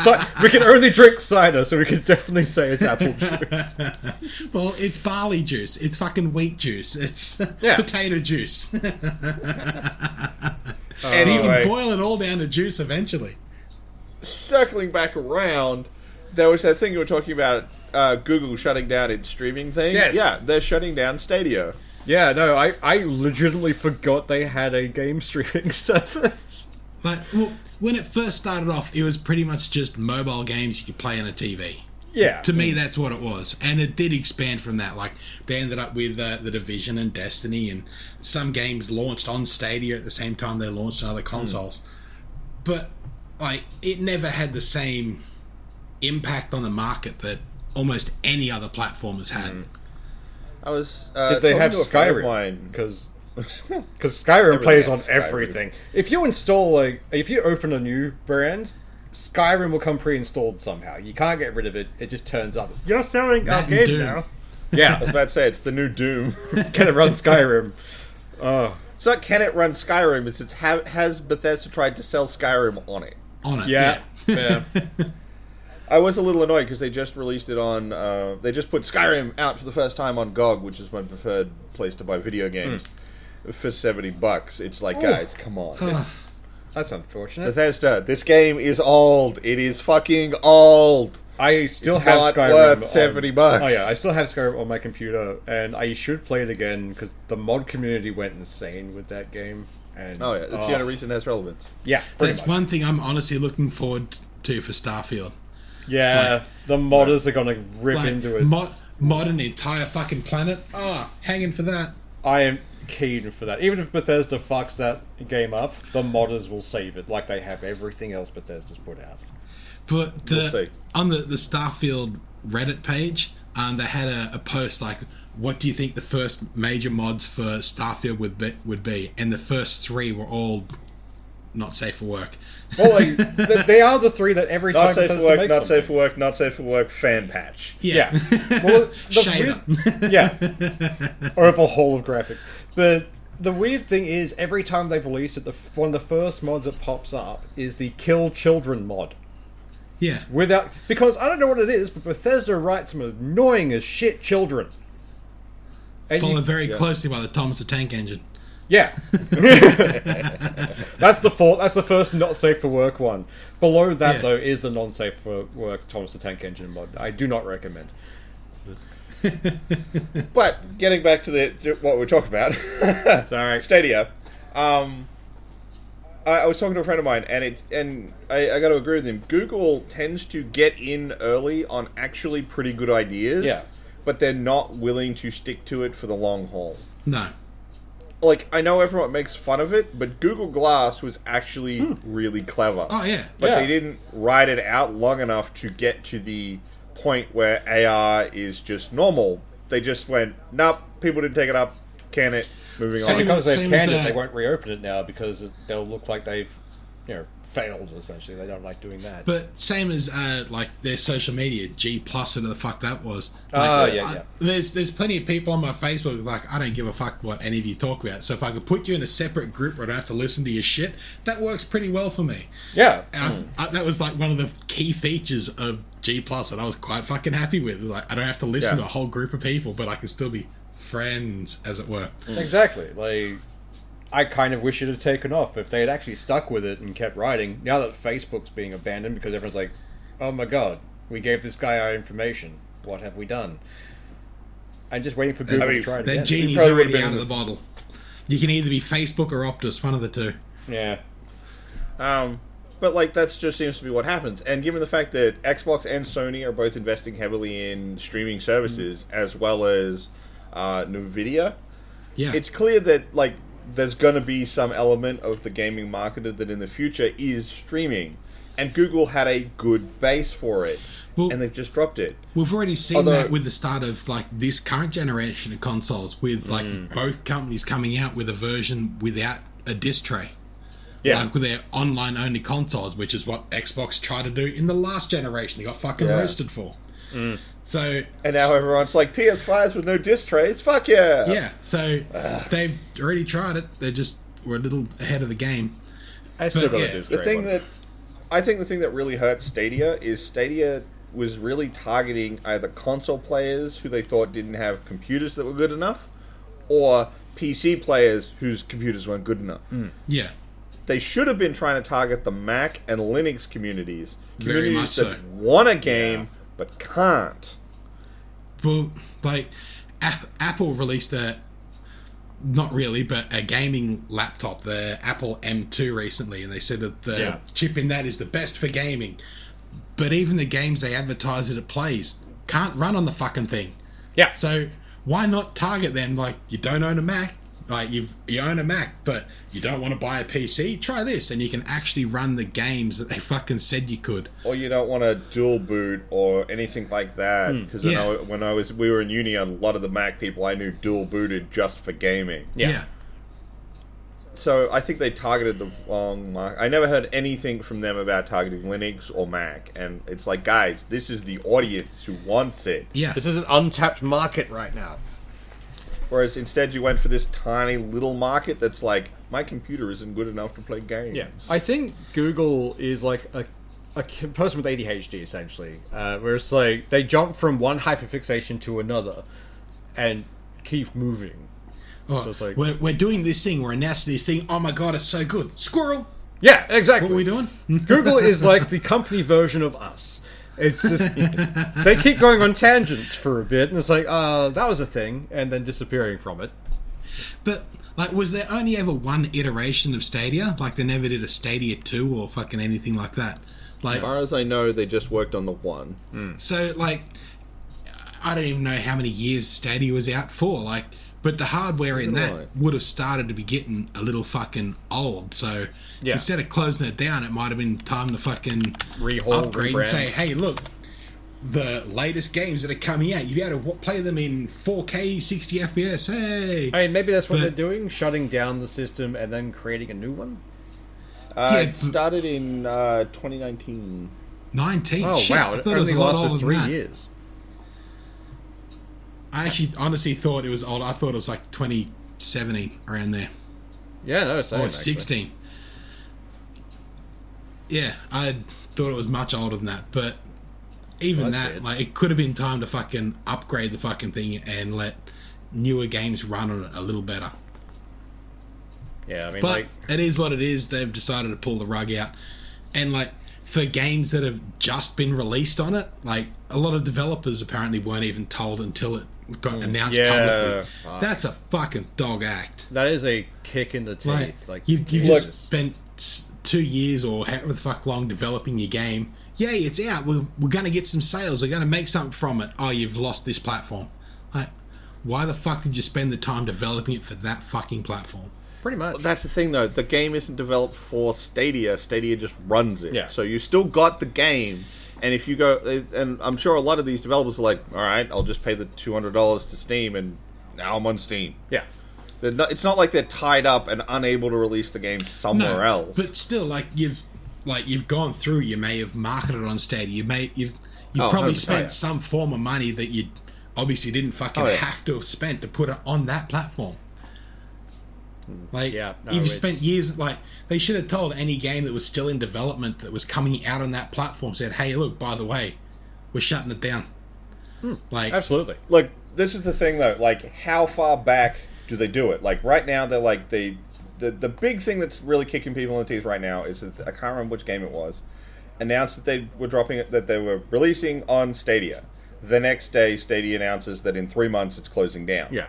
Speaker 4: So, we can only drink cider, so we can definitely say it's apple juice.
Speaker 3: Well, it's barley juice. It's fucking wheat juice. It's
Speaker 4: Yeah.
Speaker 3: potato juice. You
Speaker 2: Anyway,
Speaker 3: can boil it all down to juice eventually.
Speaker 2: circling back around, there was that thing you were talking about. Uh, Google shutting down its streaming thing.
Speaker 4: Yes.
Speaker 2: Yeah, they're shutting down Stadia.
Speaker 4: Yeah, no, I I legitimately forgot they had a game streaming service.
Speaker 3: Like, well, when it first started off, it was pretty much just mobile games you could play on a TV.
Speaker 4: Yeah,
Speaker 3: To me, that's what it was, and it did expand from that. Like, they ended up with uh, the Division and Destiny, and some games launched on Stadia at the same time they launched on other consoles. But like, it never had the same impact on the market that almost any other platform has had.
Speaker 2: I was. Uh,
Speaker 4: Did they
Speaker 2: talking
Speaker 4: have
Speaker 2: to a friend of
Speaker 4: Skyrim?
Speaker 2: Mine.
Speaker 4: Because Skyrim plays on
Speaker 2: has Skyrim.
Speaker 4: everything. If you install like if you open a new brand, Skyrim will come pre-installed somehow. You can't get rid of it. It just turns up. You're selling
Speaker 3: That
Speaker 4: our
Speaker 3: and
Speaker 4: game
Speaker 3: Doom.
Speaker 4: now.
Speaker 2: I
Speaker 4: Yeah,
Speaker 2: was about to say it's the new Doom.
Speaker 4: can it run Skyrim?
Speaker 2: it's not can it run Skyrim? It's, it's ha- has Bethesda tried to sell Skyrim on it.
Speaker 3: On it,
Speaker 4: Yeah, yeah.
Speaker 2: I was a little annoyed because they just released it on. Uh, they just put Skyrim out for the first time on GOG, which is my preferred place to buy video games. For seventy bucks, it's like, guys, come on. It's-
Speaker 4: That's unfortunate.
Speaker 2: Bethesda, this game is old. It is fucking old.
Speaker 4: I still
Speaker 2: It's
Speaker 4: have
Speaker 2: not
Speaker 4: Skyrim
Speaker 2: worth
Speaker 4: on-
Speaker 2: 70 bucks.
Speaker 4: Oh yeah, I still have Skyrim on my computer, and I should play it again because the mod community went insane with that game. And
Speaker 2: Oh yeah, it's the only reason it has relevance.
Speaker 4: yeah, pretty
Speaker 3: That's
Speaker 4: much.
Speaker 3: one thing I'm honestly looking forward to for Starfield.
Speaker 4: yeah. the modders are gonna rip
Speaker 3: Like,
Speaker 4: into it.
Speaker 3: mod, mod an entire fucking planet. Ah, hanging for that.
Speaker 4: I am keen for that. Even if Bethesda fucks that game up, the modders will save it, like they have everything else Bethesda's put out.
Speaker 3: But
Speaker 2: We'll
Speaker 3: the
Speaker 2: see.
Speaker 3: on the, the Starfield Reddit page, um, they had a, a post like, "What do you think the first major mods for Starfield would be?" Would be, and the first three were all not safe for work.
Speaker 4: Well, like, th- they are the three that every
Speaker 2: Not
Speaker 4: time
Speaker 2: safe for
Speaker 4: Bethesda
Speaker 2: work.
Speaker 4: makes
Speaker 2: Not safe
Speaker 4: something.
Speaker 2: for work. Not safe for work. Fan patch.
Speaker 4: Yeah. Well, the weird-
Speaker 3: Shader.
Speaker 4: yeah. or of a whole of graphics. But the weird thing is, every time they've released it, the f- one of the first mods that pops up is the Kill Children mod.
Speaker 3: yeah.
Speaker 4: Without because I don't know what it is, but Bethesda writes some annoying as shit children. And you-
Speaker 3: Followed very closely by the Thomas the Tank Engine.
Speaker 4: yeah, that's the fourth. That's the first not safe for work one. Below that
Speaker 3: Yeah.
Speaker 4: though is the non safe for work Thomas the Tank Engine mod. I do not recommend.
Speaker 2: But getting back to the to what we're talking about,
Speaker 4: Sorry.
Speaker 2: Stadia. Um, I, I was talking to a friend of mine, and it's and I, I got to agree with him. Google tends to get in early on actually pretty good ideas,
Speaker 4: Yeah.
Speaker 2: but they're not willing to stick to it for the long haul.
Speaker 3: No.
Speaker 2: like I know everyone makes fun of it, but Google Glass was actually really clever.
Speaker 3: Hmm. Oh, yeah.
Speaker 2: But
Speaker 4: Yeah.
Speaker 2: they didn't ride it out long enough to get to the point where AR is just normal. They just went, nope, people didn't take it up, can it, moving
Speaker 4: And
Speaker 3: Same-
Speaker 2: on.
Speaker 4: because they've
Speaker 3: same as uh,
Speaker 4: canned it,
Speaker 3: that.
Speaker 4: they won't reopen it now because it- they'll look like they've, you know, failed essentially. They don't like doing that.
Speaker 3: But same as uh, like their social media, G plus whatever the fuck that was. Like,
Speaker 4: Oh, yeah,
Speaker 3: I-
Speaker 4: yeah.
Speaker 3: There's there's plenty of people on my Facebook like I don't give a fuck what any of you talk about. So if I could put you in a separate group where I don't have to listen to your shit, that works pretty well for me.
Speaker 4: yeah,
Speaker 2: Hmm.
Speaker 3: And I, I, that was like one of the key features of G plus that I was quite fucking happy with. Like I don't have to listen
Speaker 2: Yeah.
Speaker 3: to a whole group of people, but I can still be friends, as it were.
Speaker 2: Hmm.
Speaker 4: exactly. Like, I kind of wish it had taken off. If they had actually stuck with it and kept writing, now that Facebook's being abandoned because everyone's like, oh my god, we gave this guy our information. What have we done? I'm just waiting for Google
Speaker 2: mean,
Speaker 4: to try it
Speaker 3: That
Speaker 4: again.
Speaker 3: genie's
Speaker 2: probably
Speaker 3: already
Speaker 2: would've
Speaker 3: out
Speaker 2: been-
Speaker 3: of the bottle. You can either be Facebook or Optus, one of the two.
Speaker 4: yeah.
Speaker 2: Um, but like that just seems to be what happens. And given the fact that Xbox and Sony are both investing heavily in streaming services
Speaker 3: Hmm.
Speaker 2: as well as uh, Nvidia,
Speaker 3: Yeah,
Speaker 2: it's clear that like there's going to be some element of the gaming market that in the future is streaming and google had a good base for it
Speaker 3: Well-
Speaker 2: and they've just dropped it
Speaker 3: We've already seen
Speaker 2: Although-
Speaker 3: that with the start of like this current generation of consoles, with like
Speaker 2: Mm.
Speaker 3: both companies coming out with a version without a disc tray,
Speaker 4: Yeah.
Speaker 3: like with their online only consoles, which is what Xbox tried to do in the last generation. They got fucking
Speaker 2: Yeah. Mm.
Speaker 3: roasted for. So
Speaker 2: and now everyone's like ps5s with no disc trays fuck yeah
Speaker 3: yeah, so they've already tried it. They just were a little ahead of the game.
Speaker 4: I still
Speaker 3: But
Speaker 4: got
Speaker 3: yeah,
Speaker 4: a disc
Speaker 2: the
Speaker 4: tray
Speaker 2: thing
Speaker 4: one.
Speaker 2: that i think the thing that really hurt stadia is stadia was really targeting either console players who they thought didn't have computers that were good enough or pc players whose computers weren't good enough
Speaker 3: Mm. Yeah,
Speaker 2: they should have been trying to target the Mac and Linux communities.
Speaker 3: Very
Speaker 2: Communities
Speaker 3: much
Speaker 2: that
Speaker 3: so.
Speaker 2: want a game but can't.
Speaker 3: well, like App- Apple released a not really, but a gaming laptop, the Apple M2 recently, and they said that the
Speaker 4: Yeah.
Speaker 3: chip in that is the best for gaming. But even the games they advertise that it plays can't run on the fucking thing.
Speaker 4: yeah.
Speaker 3: So why not target them? Like you don't own a Mac, like you you own a Mac, but you don't want to buy a PC. Try this, and you can actually run the games that they fucking said you could.
Speaker 2: Or you don't want to dual boot or anything like that.
Speaker 4: Hmm.
Speaker 2: Because
Speaker 3: Yeah.
Speaker 2: when I was we were in uni, a lot of the Mac people I knew dual booted just for gaming.
Speaker 4: Yeah.
Speaker 2: So I think they targeted the wrong market. I never heard anything from them about targeting Linux or Mac, and it's like, guys, this is the audience who wants it.
Speaker 3: yeah,
Speaker 4: This is an untapped market right now.
Speaker 2: Whereas instead, you went for this tiny little market that's like, my computer isn't good enough to play games.
Speaker 4: Yeah, I think Google is like a, a k- person with ADHD essentially, uh, where it's like they jump from one hyperfixation to another and keep moving.
Speaker 3: Oh,
Speaker 4: So it's like-
Speaker 3: we're, we're doing this thing. We're announcing this thing. Oh my god, it's so good! Squirrel,
Speaker 4: Yeah, exactly.
Speaker 3: what are we doing?
Speaker 4: Google is like the company version of us. It's just they keep going on tangents for a bit, and it's like, uh, that was a thing, and then disappearing from it.
Speaker 3: But like, was there only ever one iteration of Stadia? Like, they never did a Stadia two or fucking anything like that. Like,
Speaker 2: As far as I know, they just worked on the one.
Speaker 3: so like, I don't even know how many years Stadia was out for. Like, but the hardware in that
Speaker 2: Right.
Speaker 3: would have started to be getting a little fucking old. So
Speaker 4: Yeah.
Speaker 3: instead of closing it down, it might have been time to fucking
Speaker 4: Rehaul,
Speaker 3: upgrade
Speaker 4: rebrand.
Speaker 3: and say, hey, look. The latest games that are coming out, you'll be able to w- play them in 4K, 60 FPS. Hey,
Speaker 4: I mean, maybe that's what
Speaker 3: But-
Speaker 4: they're doing, shutting down the system and then creating a new one.
Speaker 2: Uh,
Speaker 3: Yeah,
Speaker 2: it started in uh, 2019.
Speaker 3: 19.
Speaker 4: Oh
Speaker 3: Shit,
Speaker 4: wow,
Speaker 3: I
Speaker 4: it
Speaker 3: thought it was
Speaker 4: only
Speaker 3: a lot
Speaker 4: lasted
Speaker 3: older
Speaker 4: three
Speaker 3: than that.
Speaker 4: years.
Speaker 3: I actually honestly thought it was old. I thought it was like 2017 around there
Speaker 4: Yeah, Oh, no, same,
Speaker 3: or
Speaker 4: actually.
Speaker 3: 16. Yeah, I thought it was much older than that, but even
Speaker 4: Well, that's
Speaker 3: that,
Speaker 4: weird.
Speaker 3: like, it could have been time to fucking upgrade the fucking thing and let newer games run on it a little better.
Speaker 4: Yeah, I mean,
Speaker 3: But
Speaker 4: like,
Speaker 3: it is what it is. They've decided to pull the rug out, and like for games that have just been released on it, like a lot of developers apparently weren't even told until it got announced
Speaker 4: Mm, yeah,
Speaker 3: publicly.
Speaker 4: fuck.
Speaker 3: That's a fucking dog act.
Speaker 4: That is a kick in the teeth.
Speaker 3: Like,
Speaker 4: Like
Speaker 3: you've, you've
Speaker 4: Jesus.
Speaker 3: just spent s- two years or however the fuck long developing your game. Yay, it's out. We're, we're going to get some sales. We're going to make something from it. Oh, you've lost this platform. Like, why the fuck did you spend the time developing it for that fucking platform?
Speaker 4: Pretty much.
Speaker 2: That's the thing, though. The game isn't developed for Stadia. Stadia just runs it.
Speaker 4: Yeah.
Speaker 2: So you still got the game. And if you go, and I'm sure a lot of these developers are like, all right, I'll just pay the $200 to Steam, and now I'm on Steam.
Speaker 4: yeah.
Speaker 2: They're not, it's not like they're tied up and unable to release the game somewhere else.
Speaker 3: But still, like you've like you've gone through. You may have marketed on Stadia. You may you've you
Speaker 2: Oh,
Speaker 3: have probably
Speaker 2: 100%,
Speaker 3: spent
Speaker 2: yeah.
Speaker 3: some form of money that you obviously didn't fucking
Speaker 2: Oh, yeah.
Speaker 3: have to have spent to put it on that platform.
Speaker 2: Mm,
Speaker 3: Like
Speaker 4: Yeah, no,
Speaker 3: if you
Speaker 4: it's-
Speaker 3: spent years like they should have told any game that was still in development that was coming out on that platform said, "Hey, look, by the way, we're shutting it down."
Speaker 2: Hmm,
Speaker 3: Like
Speaker 4: Absolutely.
Speaker 2: like this is the thing though like how far back do they do it like right now they're like they the, the big thing that's really kicking people in the teeth right now is that i can't remember which game it was announced that they were dropping it that they were releasing on stadia the next day stadia announces that in three months it's closing down
Speaker 4: Yeah.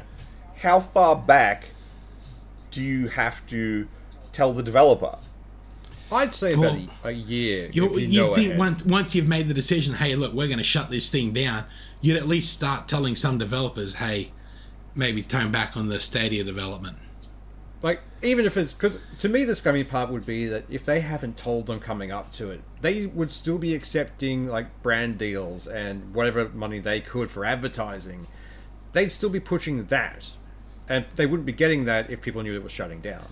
Speaker 2: how far back do you have to tell the developer
Speaker 4: I'd say about
Speaker 3: Well,
Speaker 4: a, a year.
Speaker 3: You,
Speaker 4: if you
Speaker 3: you
Speaker 4: know
Speaker 3: think
Speaker 4: ahead.
Speaker 3: once, once you've made the decision, hey, look, we're going to shut this thing down, you'd at least start telling some developers, hey, maybe tone back on the Stadia development.
Speaker 4: Like, even if it's because to me the scummy part would be that if they haven't told them coming up to it, they would still be accepting like brand deals and whatever money they could for advertising. They'd still be pushing that, and they wouldn't be getting that if people knew it was shutting down.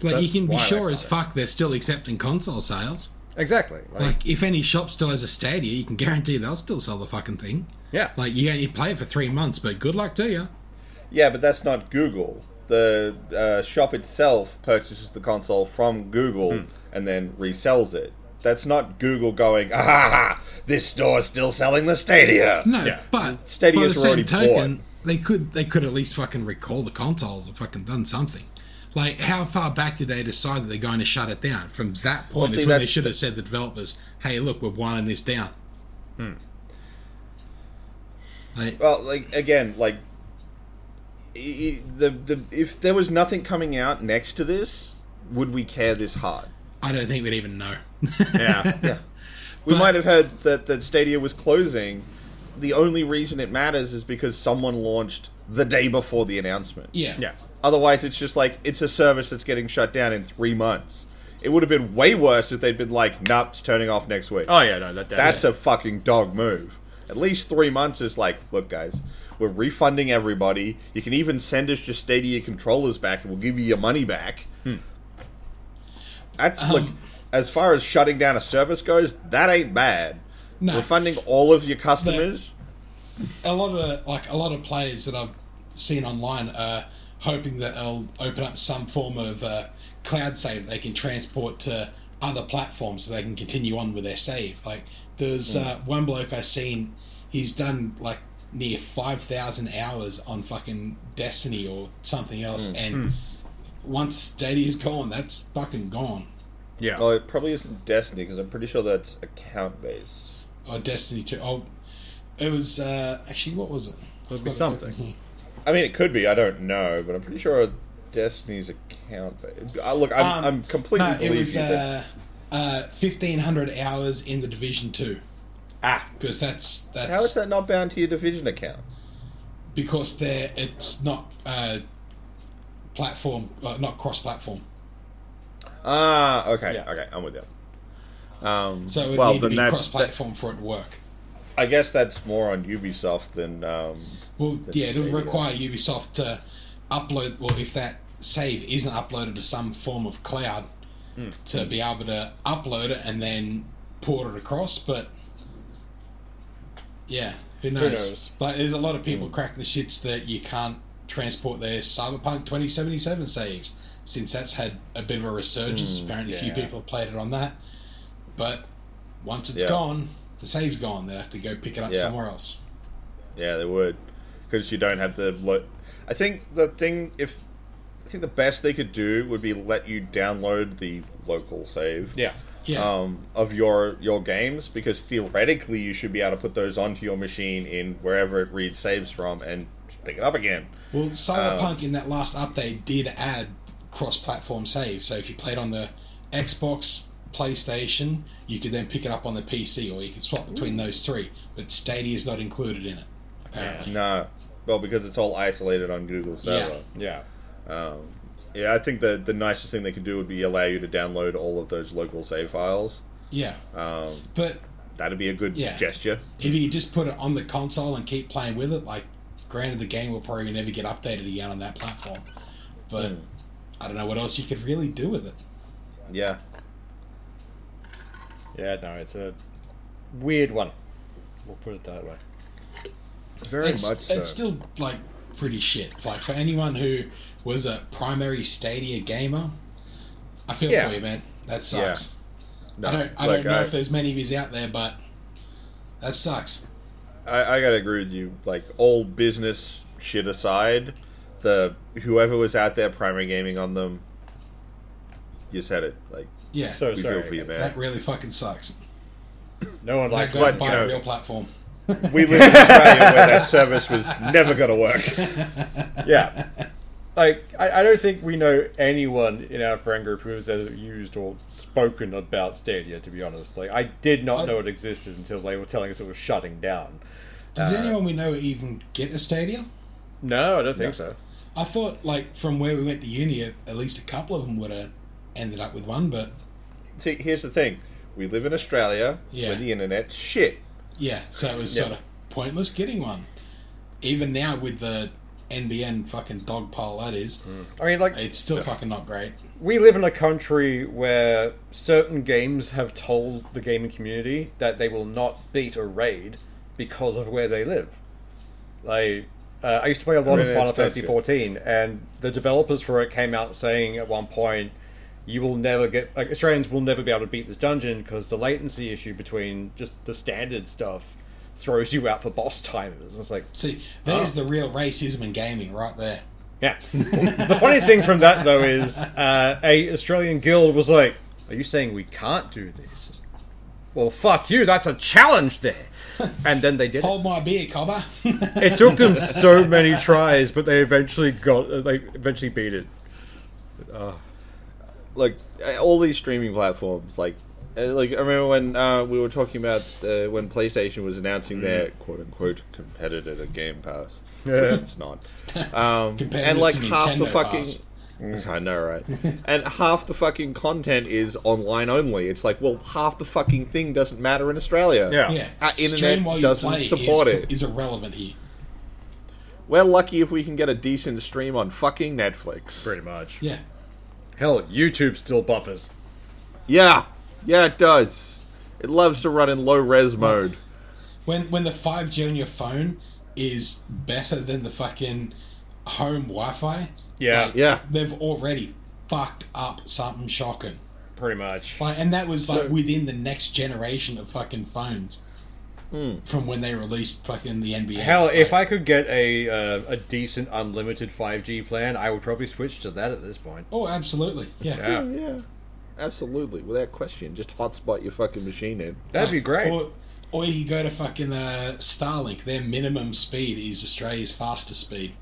Speaker 3: Like,
Speaker 4: That's
Speaker 3: you can be
Speaker 4: why they
Speaker 3: sure as
Speaker 4: cut it.
Speaker 3: fuck they're still accepting console sales.
Speaker 4: Exactly. Like,
Speaker 3: Like, if any shop still has a Stadia, you can guarantee they'll still sell the fucking thing.
Speaker 4: yeah.
Speaker 3: Like, you only play it for three months, but good luck to you.
Speaker 2: yeah but that's not google the uh, shop itself purchases the console from google
Speaker 3: Hmm.
Speaker 2: and then resells it that's not google going ah ha, ha, this store's still selling the stadia
Speaker 3: No,
Speaker 4: Yeah.
Speaker 3: but
Speaker 2: Stadias
Speaker 3: by the
Speaker 2: are
Speaker 3: same
Speaker 2: already
Speaker 3: token,
Speaker 2: bought.
Speaker 3: they could they could at least fucking recall the consoles or fucking done something. Like, how far back did they decide that they're going to shut it down? From that point,
Speaker 2: see,
Speaker 3: it's when they
Speaker 2: that's-
Speaker 3: should have said to the developers, "Hey, look, we're winding this down."
Speaker 4: Hmm.
Speaker 3: Like,
Speaker 2: well like again like i- i- the, the if there was nothing coming out next to this would we care this hard
Speaker 3: I don't think we'd even know.
Speaker 4: Yeah.
Speaker 2: we
Speaker 3: But-
Speaker 2: might have heard that that stadia was closing the only reason it matters is because someone launched the day before the announcement
Speaker 3: yeah,
Speaker 4: Yeah.
Speaker 2: Otherwise, it's just like it's a service that's getting shut down in three months. It would have been way worse if they'd been like, "Nope, it's turning off next week."
Speaker 4: Oh yeah. No. That, that-
Speaker 2: that's a fucking dog move. At least three months is like, look, guys, we're refunding everybody. You can even send us your Stadia controllers back, and we'll give you your money back.
Speaker 4: Hmm.
Speaker 2: That's
Speaker 4: Um,
Speaker 2: look, as far as shutting down a service goes, that ain't bad.
Speaker 3: No.
Speaker 2: Refunding all of your customers.
Speaker 3: A lot of like a lot of players that I've seen online are hoping that they'll open up some form of uh, cloud save they can transport to other platforms so they can continue on with their save. Like there's uh, one bloke I've seen, he's done like near five thousand hours on fucking Destiny or something else, and once Stadia's gone, that's fucking gone.
Speaker 4: yeah.
Speaker 2: Well, Oh, it probably isn't Destiny because I'm pretty sure that's account based.
Speaker 3: Or Destiny two. Oh, it was uh, actually what was it?
Speaker 4: Must
Speaker 3: I've
Speaker 4: be
Speaker 3: got it
Speaker 4: something.
Speaker 3: written here.
Speaker 2: I mean, it could be. I don't know, but I'm pretty sure Destiny's account. Uh, look, I'm,
Speaker 3: Um,
Speaker 2: I'm completely
Speaker 3: No, it
Speaker 2: believing
Speaker 3: was
Speaker 2: you that
Speaker 3: uh, uh, fifteen hundred hours in the Division Two
Speaker 4: ah.
Speaker 3: because that's that's
Speaker 2: How is that not bound to your division account?
Speaker 3: because they're it's not uh, platform, uh, not cross-platform.
Speaker 2: Ah, okay,
Speaker 4: Yeah.
Speaker 2: okay, I'm with you. Um,
Speaker 3: So it would
Speaker 2: well,
Speaker 3: need to
Speaker 2: then
Speaker 3: be
Speaker 2: that, that-
Speaker 3: cross-platform for it to work.
Speaker 2: I guess that's more on Ubisoft than. Um,
Speaker 3: Well, yeah,
Speaker 2: shady,
Speaker 3: it'll
Speaker 2: yeah.
Speaker 3: require Ubisoft to upload. Well, if that save isn't uploaded to some form of cloud,
Speaker 2: Hmm.
Speaker 3: to be able to upload it and then port it across. But yeah, who knows?
Speaker 2: knows? Hmm.
Speaker 3: But there's a lot of people cracking the shits that you can't transport their Cyberpunk 2077 saves since that's had a bit of a
Speaker 2: Hmm,
Speaker 3: resurgence. Apparently, a few
Speaker 4: yeah.
Speaker 3: people have played it on that. But once it's
Speaker 2: Yeah.
Speaker 3: gone, the save's gone. They'll have to go pick it up
Speaker 2: Yeah.
Speaker 3: somewhere else.
Speaker 2: yeah, they would, because you don't have the. Lo- I think the thing if. I think the best they could do would be let you download the local save.
Speaker 4: Yeah.
Speaker 3: Yeah.
Speaker 2: um, of your your games because theoretically you should be able to put those onto your machine in wherever it reads saves from and just pick it up again.
Speaker 3: Well, Cyberpunk in that last update did add cross-platform save. So if you played on the Xbox, PlayStation, you could then pick it up on the PC, or you could swap between those three. But Stadia is not included in it. Apparently,
Speaker 2: No, Well, because it's all isolated on Google server.
Speaker 4: Yeah.
Speaker 2: Yeah, I think the the nicest thing they could do would be allow you to download all of those local save files.
Speaker 3: Yeah. but
Speaker 2: That'd be a good
Speaker 3: Yeah.
Speaker 2: gesture.
Speaker 3: if you just put it on the console and keep playing with it, like, granted, the game will probably never get updated again on that platform. But I don't know what else you could really do with it.
Speaker 2: Yeah.
Speaker 4: Yeah, no, it's a weird one. We'll put it that way.
Speaker 2: Very
Speaker 3: It's,
Speaker 2: much so.
Speaker 3: it's still, like, pretty shit. Like, for anyone who was a primary Stadia gamer, I feel
Speaker 4: Yeah.
Speaker 3: for you, man. That sucks. I don't, I
Speaker 2: like,
Speaker 3: don't know
Speaker 2: I-
Speaker 3: if there's many of yous out there, but that sucks.
Speaker 2: I, I gotta agree with you. Like all business shit aside, the whoever was out there primary gaming on them, you said it. Like
Speaker 3: Yeah,
Speaker 4: So
Speaker 2: we
Speaker 4: sorry.
Speaker 2: feel for you,
Speaker 4: guys.
Speaker 2: man.
Speaker 3: that really fucking sucks.
Speaker 4: No one
Speaker 3: Like,
Speaker 4: likes
Speaker 3: go
Speaker 2: but,
Speaker 3: buy
Speaker 2: you know-
Speaker 3: a real platform.
Speaker 2: We live in Australia where that service was never gonna work.
Speaker 4: yeah. Like, I, I don't think we know anyone in our friend group who has ever used or spoken about Stadia, to be honest. Like, I did not
Speaker 3: I-
Speaker 4: know it existed until they were telling us it was shutting down.
Speaker 3: Does anyone we know even get a Stadia?
Speaker 4: No, I don't think so.
Speaker 3: I thought, like, from where we went to uni, at least a couple of them would have ended up with one, but
Speaker 2: See, here's the thing: we live in Australia
Speaker 3: Yeah.
Speaker 2: where the internet's shit.
Speaker 3: yeah, so it was
Speaker 2: Yeah.
Speaker 3: sort of pointless getting one. Even now, with the NBN fucking dog pile that is,
Speaker 2: Mm.
Speaker 4: I mean, like,
Speaker 3: it's still fucking not great.
Speaker 4: we live in a country where certain games have told the gaming community that they will not beat a raid because of where they live. Like, uh, I used to play a lot
Speaker 2: Really,
Speaker 4: of Final
Speaker 2: that's- that's
Speaker 4: Fantasy
Speaker 2: good.
Speaker 4: XIV, and the developers for it came out saying at one point, "You will never get like, Australians will never be able to beat this dungeon because the latency issue between just the standard stuff throws you out for boss timers." And it's like,
Speaker 3: See,
Speaker 2: Uh,
Speaker 3: there's the real racism in gaming right there.
Speaker 4: yeah. the funny thing from that though is uh, a Australian guild was like, "Are you saying we can't do this?" Well, fuck you. That's a challenge there. And then they did. It.
Speaker 3: Hold my beer, cobber.
Speaker 2: Uh,
Speaker 4: it took them so many tries, but they eventually got. uh, They eventually beat it.
Speaker 2: Like uh, all these streaming platforms, like. uh, Like I remember when uh, we were talking about uh, when PlayStation was
Speaker 3: Mm.
Speaker 2: announcing their "quote unquote" competitor to Game Pass,
Speaker 4: Yeah.
Speaker 2: which it's not. Um,
Speaker 3: Competitive
Speaker 2: and like
Speaker 3: to
Speaker 2: half the
Speaker 3: Nintendo
Speaker 2: fucking Mm,
Speaker 3: bars.
Speaker 2: I know, right? and half the fucking content is online only. It's like, well, half the fucking thing doesn't matter in Australia.
Speaker 4: Yeah.
Speaker 3: Yeah,
Speaker 2: Our uh, internet doesn't support
Speaker 3: is,
Speaker 2: it.
Speaker 3: is irrelevant here.
Speaker 2: We're lucky if we can get a decent stream on fucking Netflix.
Speaker 4: Pretty much.
Speaker 3: Yeah,
Speaker 4: Hell, YouTube still buffers.
Speaker 2: Yeah. Yeah, it does. It loves to run in low res mode.
Speaker 3: when when the five G on your phone is better than the fucking home Wi-Fi.
Speaker 4: Yeah.
Speaker 3: like,
Speaker 2: Yeah.
Speaker 3: they've already fucked up something shocking.
Speaker 4: Pretty much.
Speaker 3: Like, and that was like within the next generation of fucking phones
Speaker 2: Hmm.
Speaker 3: from when they released fucking the NBA.
Speaker 4: Hell, if I could get a uh, a decent unlimited 5G plan, I would probably switch to that at this point.
Speaker 3: oh, absolutely, yeah.
Speaker 4: Yeah,
Speaker 2: Yeah. Absolutely. Without question. Just hotspot your fucking machine in.
Speaker 4: that'd be great.
Speaker 3: Or, or you go to fucking uh, Starlink. Their minimum speed is Australia's fastest speed.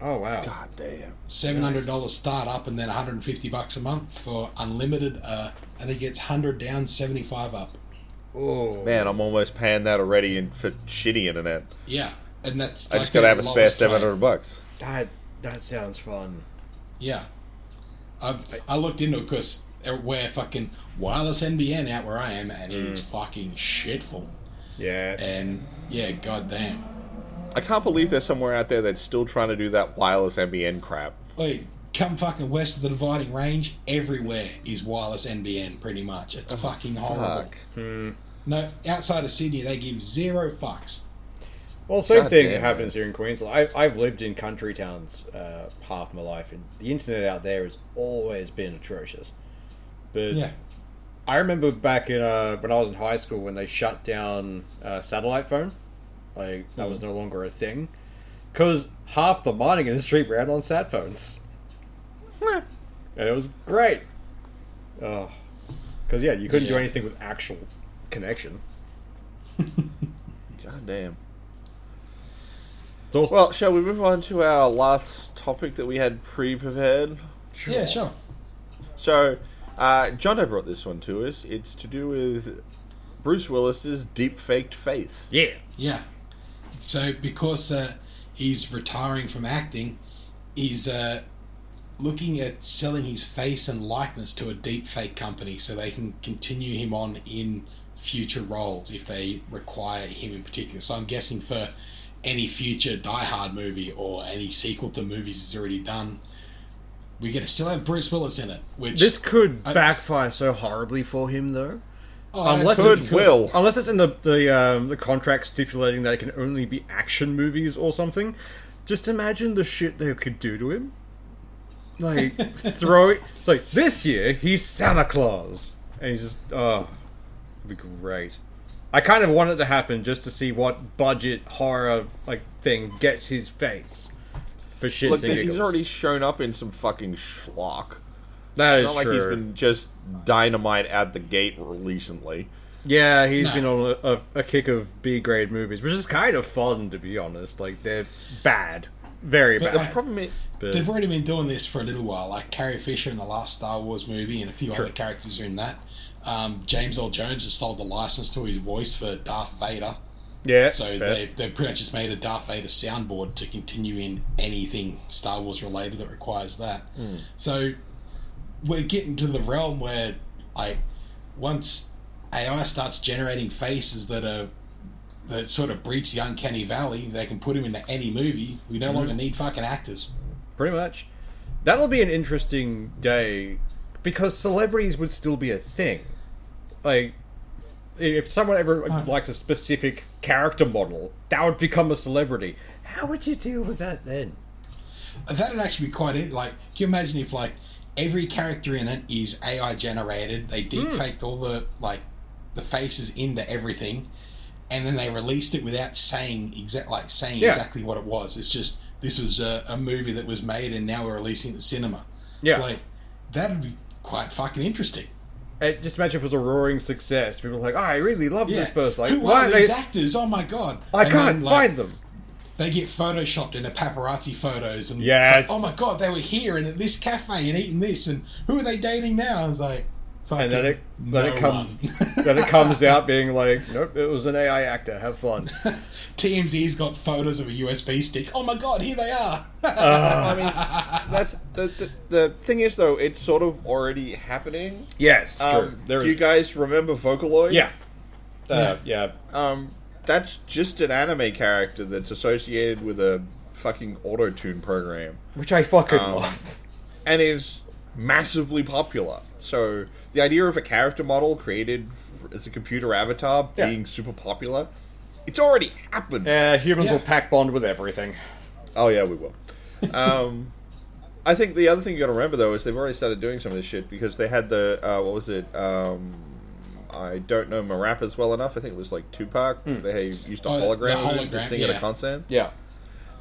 Speaker 4: Oh wow.
Speaker 2: God damn.
Speaker 3: Seven hundred dollars start up, and then one hundred and fifty bucks a month for unlimited. Uh, I think it's hundred down, seventy five up.
Speaker 4: Oh.
Speaker 2: Man, I'm almost paying that already in for shitty internet.
Speaker 3: Yeah, and that's
Speaker 2: I
Speaker 3: like
Speaker 2: just gotta have a
Speaker 3: the
Speaker 2: spare
Speaker 3: lowest
Speaker 2: seven
Speaker 3: rate.
Speaker 2: hundred bucks.
Speaker 4: That that sounds fun.
Speaker 3: Yeah. I, I looked into it because we're fucking wireless NBN out where I am, and it is fucking shitful.
Speaker 4: Yeah.
Speaker 3: And yeah, goddamn.
Speaker 2: I can't believe there's somewhere out there that's still trying to do that wireless NBN crap.
Speaker 3: Like, come fucking west of the dividing range, everywhere is wireless NBN, pretty much. It's fucking horrible.
Speaker 2: Fuck.
Speaker 3: No, outside of Sydney, they give zero fucks.
Speaker 4: Well, same
Speaker 2: God
Speaker 4: thing
Speaker 2: damn,
Speaker 4: happens here in Queensland. I've, I've lived in country towns uh, half my life, and the internet out there has always been atrocious. But
Speaker 3: Yeah.
Speaker 4: I remember back in uh, when I was in high school when they shut down uh, satellite phone, like that
Speaker 3: Mm.
Speaker 4: was no longer a thing, because half the mining industry ran on sat phones, and it was great. Oh, because yeah, you couldn't do
Speaker 3: Yeah.
Speaker 4: anything with actual connection.
Speaker 2: God damn.
Speaker 4: It's also,
Speaker 2: Well, shall we move on to our last topic that we had pre-prepared?
Speaker 3: Yeah, sure.
Speaker 2: So, uh, John brought this one to us. It's to do with Bruce Willis's deep-faked face.
Speaker 4: yeah,
Speaker 3: Yeah. So because uh, he's retiring from acting, he's uh, looking at selling his face and likeness to a deep fake company so they can continue him on in future roles if they require him in particular. So I'm guessing for any future Die Hard movie or any sequel to movies he's already done, we're going to still have Bruce Willis in it. Which
Speaker 4: This could
Speaker 3: I-
Speaker 4: backfire so horribly for him, though.
Speaker 3: Oh, I don't
Speaker 4: unless
Speaker 3: think
Speaker 4: it's-
Speaker 3: he
Speaker 2: Could will.
Speaker 4: Unless it's in the the, um, the contract stipulating that it can only be action movies or something. Just imagine the shit they could do to him. Like throw it. It's like this year he's Santa Claus, and he's just oh, it'd be great. I kind of want it to happen just to see what budget horror like thing gets his face for shits
Speaker 2: Look,
Speaker 4: and giggles.
Speaker 2: he's already shown up in some fucking schlock.
Speaker 4: that
Speaker 2: It's not
Speaker 4: is
Speaker 2: like
Speaker 4: true.
Speaker 2: he's been just dynamite at the gate recently.
Speaker 4: Yeah, he's
Speaker 3: No.
Speaker 4: been on a, a, a kick of B grade movies, which is kind of fun to be honest. Like they're bad, very
Speaker 3: But
Speaker 4: bad.
Speaker 3: like-
Speaker 2: Problem is,
Speaker 4: but-
Speaker 3: They've already been doing this for a little while, like Carrie Fisher in the last Star Wars movie, and a few other characters are in that. Um, James Earl Jones has sold the license to his voice for Darth Vader,
Speaker 4: yeah,
Speaker 3: so
Speaker 4: fair.
Speaker 3: they've, they've pretty much just made a Darth Vader soundboard to continue in anything Star Wars related that requires that. So we're getting to the realm where, like, once AI starts generating faces that are that sort of breach the uncanny valley, they can put him into any movie. We no longer need fucking actors.
Speaker 4: pretty much. That'll be an interesting day because celebrities would still be a thing. Like, if someone ever likes a specific character model, that would become a celebrity. How would you deal with that then?
Speaker 3: That'd actually be quite in- like. Can you imagine if like every character in it is AI generated? They
Speaker 4: Hmm.
Speaker 3: deepfaked all the like the faces into everything, and then they released it without saying exact like saying
Speaker 4: Yeah.
Speaker 3: exactly what it was. It's just this was a, a movie that was made, and now we're releasing it in cinema.
Speaker 4: Yeah,
Speaker 3: Like that'd be quite fucking interesting.
Speaker 4: And Uh, just imagine if it was a roaring success. People are like, oh, I really love
Speaker 3: Yeah.
Speaker 4: this person. Like,
Speaker 3: Who
Speaker 4: why
Speaker 3: are
Speaker 4: are they?
Speaker 3: these actors? Oh my god!
Speaker 4: I
Speaker 3: And
Speaker 4: can't
Speaker 3: then, like,
Speaker 4: find them.
Speaker 3: They get photoshopped into paparazzi photos, and it's
Speaker 4: Yes.
Speaker 3: like, oh my god, they were here and at this cafe and eating this, and who are they dating now? It's like, fucking
Speaker 4: And then it
Speaker 3: no
Speaker 4: then it comes
Speaker 3: one.
Speaker 4: then it comes out being like, nope, it was an AI actor. Have fun.
Speaker 3: TMZ's got photos of a USB stick. Oh my god, here they are.
Speaker 2: I mean, that's the, the the thing is though, it's sort of already happening.
Speaker 4: Yes, true.
Speaker 2: Um,
Speaker 4: there
Speaker 2: do
Speaker 4: is.
Speaker 2: you guys remember Vocaloid?
Speaker 4: yeah. Uh, yeah.
Speaker 2: Um, that's just an anime character that's associated with a fucking auto tune program,
Speaker 4: which I fucking
Speaker 2: Um,
Speaker 4: love.
Speaker 2: and is massively popular. So the idea of a character model created f- as a computer avatar
Speaker 4: Yeah.
Speaker 2: being super popular, it's already happened.
Speaker 4: Yeah, humans
Speaker 3: Yeah.
Speaker 4: will pack bond with everything.
Speaker 2: Oh yeah, we will. Um, I think the other thing you got to remember though is they've already started doing some of this shit because they had the uh, what was it? Um, I don't know my rappers well enough. I think it was like Tupac.
Speaker 4: Hmm.
Speaker 2: They used a
Speaker 3: Oh, the
Speaker 2: hologram,
Speaker 3: hologram,
Speaker 2: to sing at a
Speaker 3: yeah.
Speaker 2: concert.
Speaker 4: Yeah.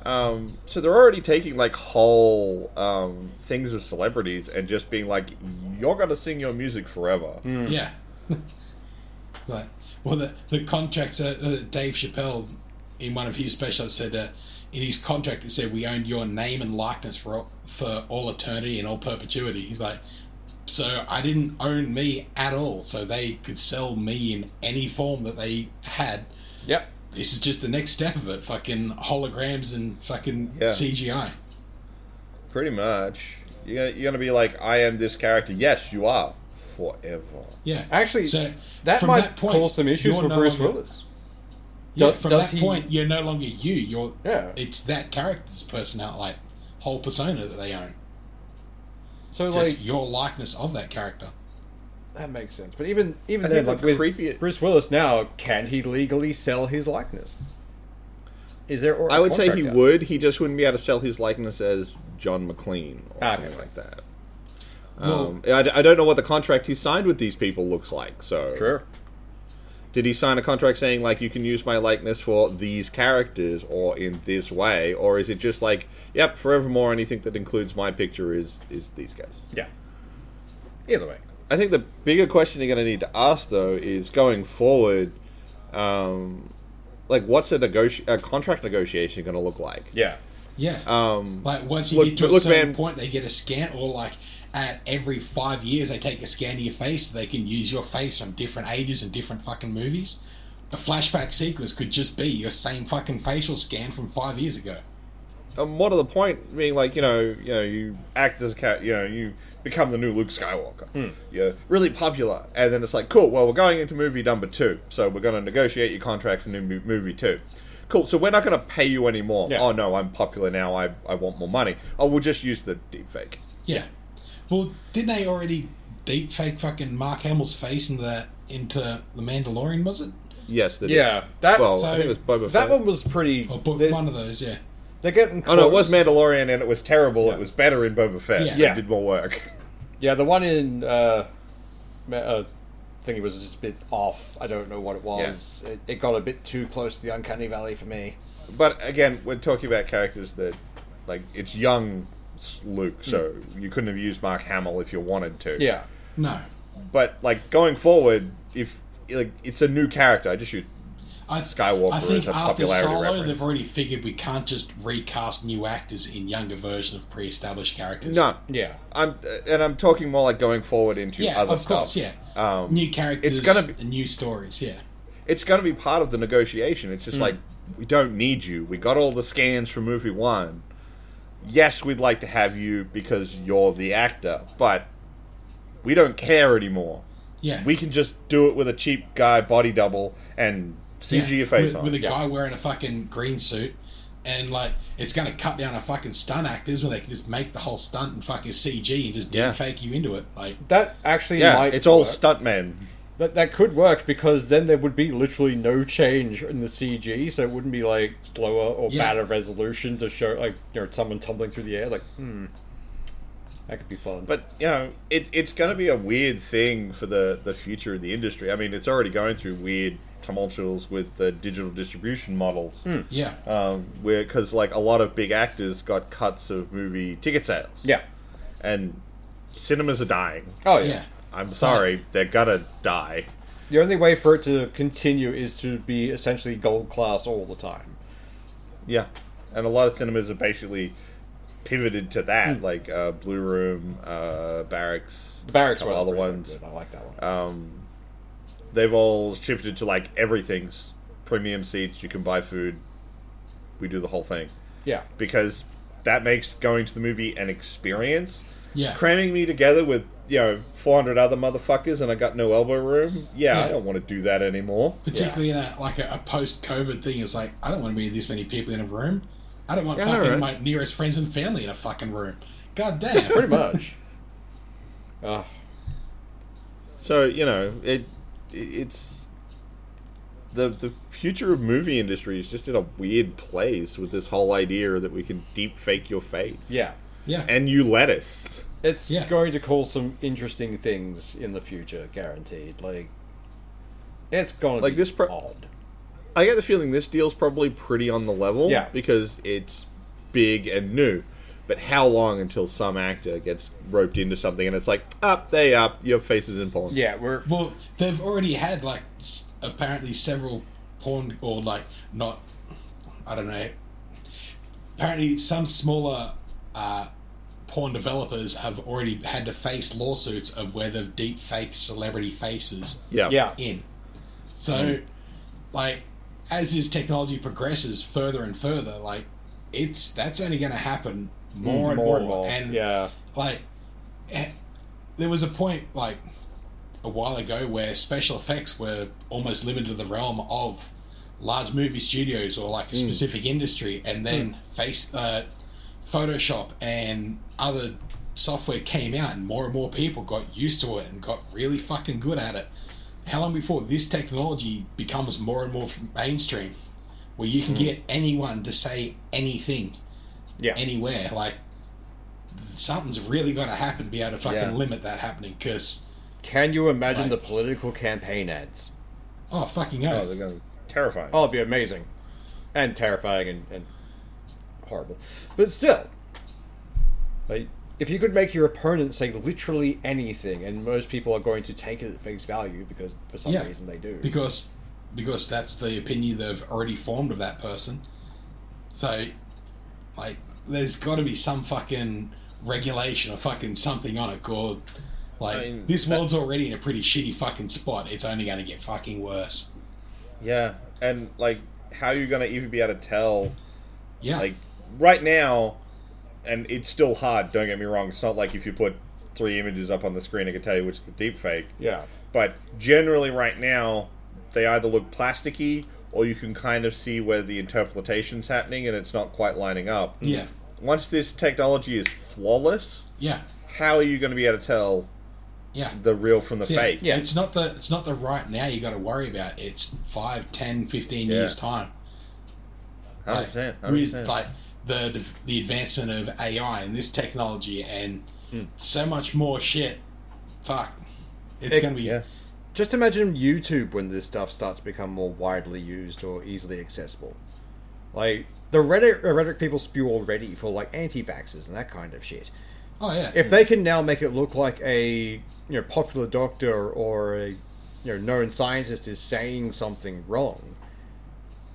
Speaker 2: Um, so they're already taking like whole um, things of celebrities and just being like, "You're gonna sing your music forever."
Speaker 3: yeah. like, well, the, the contracts, uh, uh, Dave Chappelle, in one of his specials, said uh, in his contract, it said, We own your name and likeness for all, for all eternity and all perpetuity. He's like, So I didn't own me at all. So they could sell me in any form that they had.
Speaker 4: Yep.
Speaker 3: This is just the next step of it fucking holograms and fucking
Speaker 2: Yeah.
Speaker 3: CGI.
Speaker 2: Pretty much, you're gonna, you're gonna be like, "I am this character." Yes, you are forever.
Speaker 3: Yeah.
Speaker 4: Actually,
Speaker 3: So,
Speaker 4: that
Speaker 3: from
Speaker 4: might
Speaker 3: that point,
Speaker 4: cause some issues
Speaker 3: you're
Speaker 4: for
Speaker 3: no
Speaker 4: Bruce
Speaker 3: longer-
Speaker 4: Willis.
Speaker 3: Yeah,
Speaker 4: Do-
Speaker 3: from
Speaker 4: does
Speaker 3: that
Speaker 4: he-
Speaker 3: point, you're no longer you. You're
Speaker 4: Yeah.
Speaker 3: It's that character's personality, like whole persona that they own.
Speaker 4: So
Speaker 3: Just
Speaker 4: like
Speaker 3: your likeness of that character.
Speaker 4: that makes sense. But even even
Speaker 2: And then,
Speaker 4: think, like,
Speaker 2: like,
Speaker 4: with
Speaker 2: creepy-
Speaker 4: Bruce Willis now, can he legally sell his likeness? Is there? or-
Speaker 2: I would say
Speaker 4: contract
Speaker 2: he
Speaker 4: out?
Speaker 2: would. He just wouldn't be able to sell his likeness as John McLean or
Speaker 4: Ah,
Speaker 2: something
Speaker 4: okay.
Speaker 2: like that.
Speaker 3: Well-
Speaker 2: Um, I, d- I don't know what the contract he signed with these people looks like. So,
Speaker 4: Sure.
Speaker 2: did he sign a contract saying like you can use my likeness for these characters or in this way, or is it just like, yep, forevermore, anything that includes my picture is is these guys?
Speaker 4: Yeah. Either way.
Speaker 2: I think the bigger question you're going to need to ask though is going forward, um, like what's a, negoti- a contract negotiation going to look like?
Speaker 4: Yeah.
Speaker 3: Yeah.
Speaker 2: Um,
Speaker 3: like once you
Speaker 2: look-
Speaker 3: get to a
Speaker 2: look,
Speaker 3: certain
Speaker 2: man-
Speaker 3: point, they get a scan, or like at every five years, they take a scan of your face so they can use your face from different ages and different fucking movies. A flashback sequence could just be your same fucking facial scan from five years ago.
Speaker 2: and what are the point being like you know you know you act as a cat you know you become the new Luke Skywalker
Speaker 4: Hmm.
Speaker 2: you're really popular and then it's like cool well we're going into movie number two so we're going to negotiate your contract for new mo- movie two cool so we're not going to pay you anymore
Speaker 4: Yeah.
Speaker 2: oh no I'm popular now I, I want more money oh we'll just use the deep fake
Speaker 3: Yeah. Well, didn't they already deep fake fucking Mark Hamill's face into that into the Mandalorian? Was it?
Speaker 2: yes they did.
Speaker 4: Yeah, that-
Speaker 2: well I
Speaker 3: So-
Speaker 2: think it was Boba
Speaker 4: That
Speaker 2: Fett.
Speaker 4: one was pretty.
Speaker 3: Or book,
Speaker 4: they,
Speaker 3: one of those? Yeah.
Speaker 4: are getting.
Speaker 2: oh
Speaker 4: Close.
Speaker 2: no it was Mandalorian and it was terrible it was better in Boba Fett
Speaker 3: Yeah.
Speaker 4: Yeah.
Speaker 2: it did more work
Speaker 4: Yeah, the one in. Uh, Ma- uh, I think it was just a bit off. I don't know what it was. It, it got a bit too close to the uncanny valley for me.
Speaker 2: But again, we're talking about characters that, like, it's young Luke, so
Speaker 3: Hmm.
Speaker 2: you couldn't have used Mark Hamill if you wanted to.
Speaker 4: Yeah,
Speaker 3: No.
Speaker 2: But like going forward, if like it's a new character, I just shoot.
Speaker 3: I,
Speaker 2: Skywalker
Speaker 3: I think
Speaker 2: is a
Speaker 3: after
Speaker 2: popularity
Speaker 3: Solo,
Speaker 2: reference.
Speaker 3: they've already figured we can't just recast new actors in younger versions of pre-established characters.
Speaker 2: No,
Speaker 4: yeah.
Speaker 2: I'm and I'm talking more like going forward into
Speaker 3: Yeah,
Speaker 2: other
Speaker 3: of course.
Speaker 2: stuff.
Speaker 3: Yeah.
Speaker 2: Um,
Speaker 3: new characters.
Speaker 2: it's gonna be-
Speaker 3: and new stories. Yeah.
Speaker 2: it's going to be part of the negotiation. It's just
Speaker 3: Hmm.
Speaker 2: like we don't need you. We got all the scans from movie one. Yes, we'd like to have you because you're the actor, but we don't care anymore.
Speaker 3: Yeah.
Speaker 2: We can just do it with a cheap guy body double and
Speaker 3: Yeah.
Speaker 2: CG your face
Speaker 3: with,
Speaker 2: on.
Speaker 3: with a
Speaker 4: Yeah.
Speaker 3: guy wearing a fucking green suit, and like it's going to cut down on fucking stunt actors when they can just make the whole stunt and fucking CG and just deep
Speaker 2: Yeah.
Speaker 3: fake you into it. Like,
Speaker 4: That actually
Speaker 2: yeah,
Speaker 4: might
Speaker 2: it's all
Speaker 4: work.
Speaker 2: stuntmen.
Speaker 4: that that could work because then there would be literally no change in the CG, so it wouldn't be like slower or
Speaker 3: Yeah.
Speaker 4: badder resolution to show like you know someone tumbling through the air. Like, hmm, that could be fun.
Speaker 2: But you know, it, it's going to be a weird thing for the the future of the industry. I mean, it's already going through weird tumultuals with the digital distribution models.
Speaker 4: Hmm.
Speaker 3: yeah,
Speaker 2: um, where because like a lot of big actors got cuts of movie ticket sales.
Speaker 4: yeah.
Speaker 2: and cinemas are dying.
Speaker 4: Oh
Speaker 3: yeah,
Speaker 4: yeah.
Speaker 2: I'm
Speaker 4: Ah.
Speaker 2: sorry, they're gonna die.
Speaker 4: The only way for it to continue is to be essentially gold class all the time.
Speaker 2: Yeah, and a lot of cinemas are basically pivoted to that, like uh, Blue Room, uh, Barracks,
Speaker 4: Hmm. The barracks
Speaker 2: couple
Speaker 4: were
Speaker 2: other
Speaker 4: really
Speaker 2: ones. Um,
Speaker 4: Good. I like that one.
Speaker 2: They've all shifted to like everything's premium seats. You can buy food. We do the whole thing
Speaker 4: yeah.
Speaker 2: because that makes going to the movie an experience.
Speaker 3: yeah.
Speaker 2: cramming me together with you know 400 other motherfuckers and i got no elbow room yeah, i
Speaker 3: Yeah.
Speaker 2: don't want to do that anymore
Speaker 3: Particularly in a like a, a post-COVID thing, it's like I don't want to be this many people in a room. I don't want
Speaker 2: Yeah,
Speaker 3: fucking
Speaker 2: alright.
Speaker 3: my nearest friends and family in a fucking room. God damn.
Speaker 4: Pretty much. Ah,
Speaker 2: so you know it it- it's the the future of movie industry is just in a weird place with this whole idea that we can deep fake your face
Speaker 4: yeah.
Speaker 3: yeah,
Speaker 2: and you lettuce
Speaker 4: It's
Speaker 3: Yeah.
Speaker 4: going to cause some interesting things in the future, guaranteed. Like, it's going to
Speaker 2: Like
Speaker 4: be
Speaker 2: this pro-
Speaker 4: odd.
Speaker 2: i get the feeling this deal's probably pretty on the level
Speaker 4: Yeah.
Speaker 2: because it's big and new but how long until some actor gets roped into something and it's like up they up your face is in porn
Speaker 4: Yeah, we're
Speaker 3: Well, they've already had like s- apparently several porn or like not, I don't know. Apparently, some smaller uh, porn developers have already had to face lawsuits of where they've deep fake celebrity faces
Speaker 2: yeah
Speaker 4: yeah.
Speaker 3: in. So, like, as this technology progresses further and further, like, it's that's only going to happen more, and, Mm, more and more. And
Speaker 4: yeah,
Speaker 3: like eh, there was a point like a while ago where special effects were almost limited to the realm of large movie studios or like a specific industry and then face uh, photoshop and other software came out and more and more people got used to it and got really fucking good at it how long before this technology becomes more and more mainstream where you can get anyone to say anything
Speaker 4: yeah.
Speaker 3: anywhere. Like something's really got to happen to be able to fucking
Speaker 2: Yeah.
Speaker 3: limit that happening. Because
Speaker 4: Can you imagine
Speaker 3: Like-
Speaker 4: the political campaign ads?
Speaker 3: oh fucking hell,
Speaker 2: Oh, they're going to terrifying.
Speaker 4: Oh, it'd be amazing, and terrifying, and, and horrible. But still, like, if you could make your opponent say literally anything, and most people are going to take it at face value because for some
Speaker 3: Yeah.
Speaker 4: reason they do.
Speaker 3: because because that's the opinion they've already formed of that person. So, like, there's got to be some fucking regulation or fucking something on it called. Like
Speaker 2: I mean,
Speaker 3: this
Speaker 2: that-
Speaker 3: world's already in a pretty shitty fucking spot. It's only going to get fucking worse.
Speaker 2: Yeah, and like, how are you going to even be able to tell
Speaker 3: Yeah,
Speaker 2: like right now, and it's still hard. Don't get me wrong. It's not like if you put three images up on the screen, I can tell you which is the deep fake.
Speaker 4: Yeah.
Speaker 2: But generally, right now, they either look plasticky or you can kind of see where the interpretation's happening and it's not quite lining up.
Speaker 3: Yeah.
Speaker 2: Once this technology is flawless,
Speaker 3: Yeah.
Speaker 2: how are you going to be able to tell
Speaker 3: Yeah.
Speaker 2: the real from the
Speaker 3: Yeah.
Speaker 2: fake?
Speaker 4: Yeah.
Speaker 3: It's not the it's not the right now you got to worry about. It's 5, 10, 15 years
Speaker 2: Yeah.
Speaker 3: time.
Speaker 2: Hundred
Speaker 3: Like,
Speaker 2: percent. Hundred
Speaker 3: with
Speaker 2: percent.
Speaker 3: like the, the the advancement of AI and this technology and
Speaker 2: Hmm.
Speaker 3: so much more shit. Fuck. It's
Speaker 4: It-
Speaker 3: going to be
Speaker 2: Yeah.
Speaker 4: Just imagine YouTube when this stuff starts to become more widely used or easily accessible. Like the Reddit rhetoric people spew already for like anti-vaxxers and that kind of shit.
Speaker 3: Oh yeah.
Speaker 4: If they can now make it look like a you know popular doctor or a you know known scientist is saying something wrong,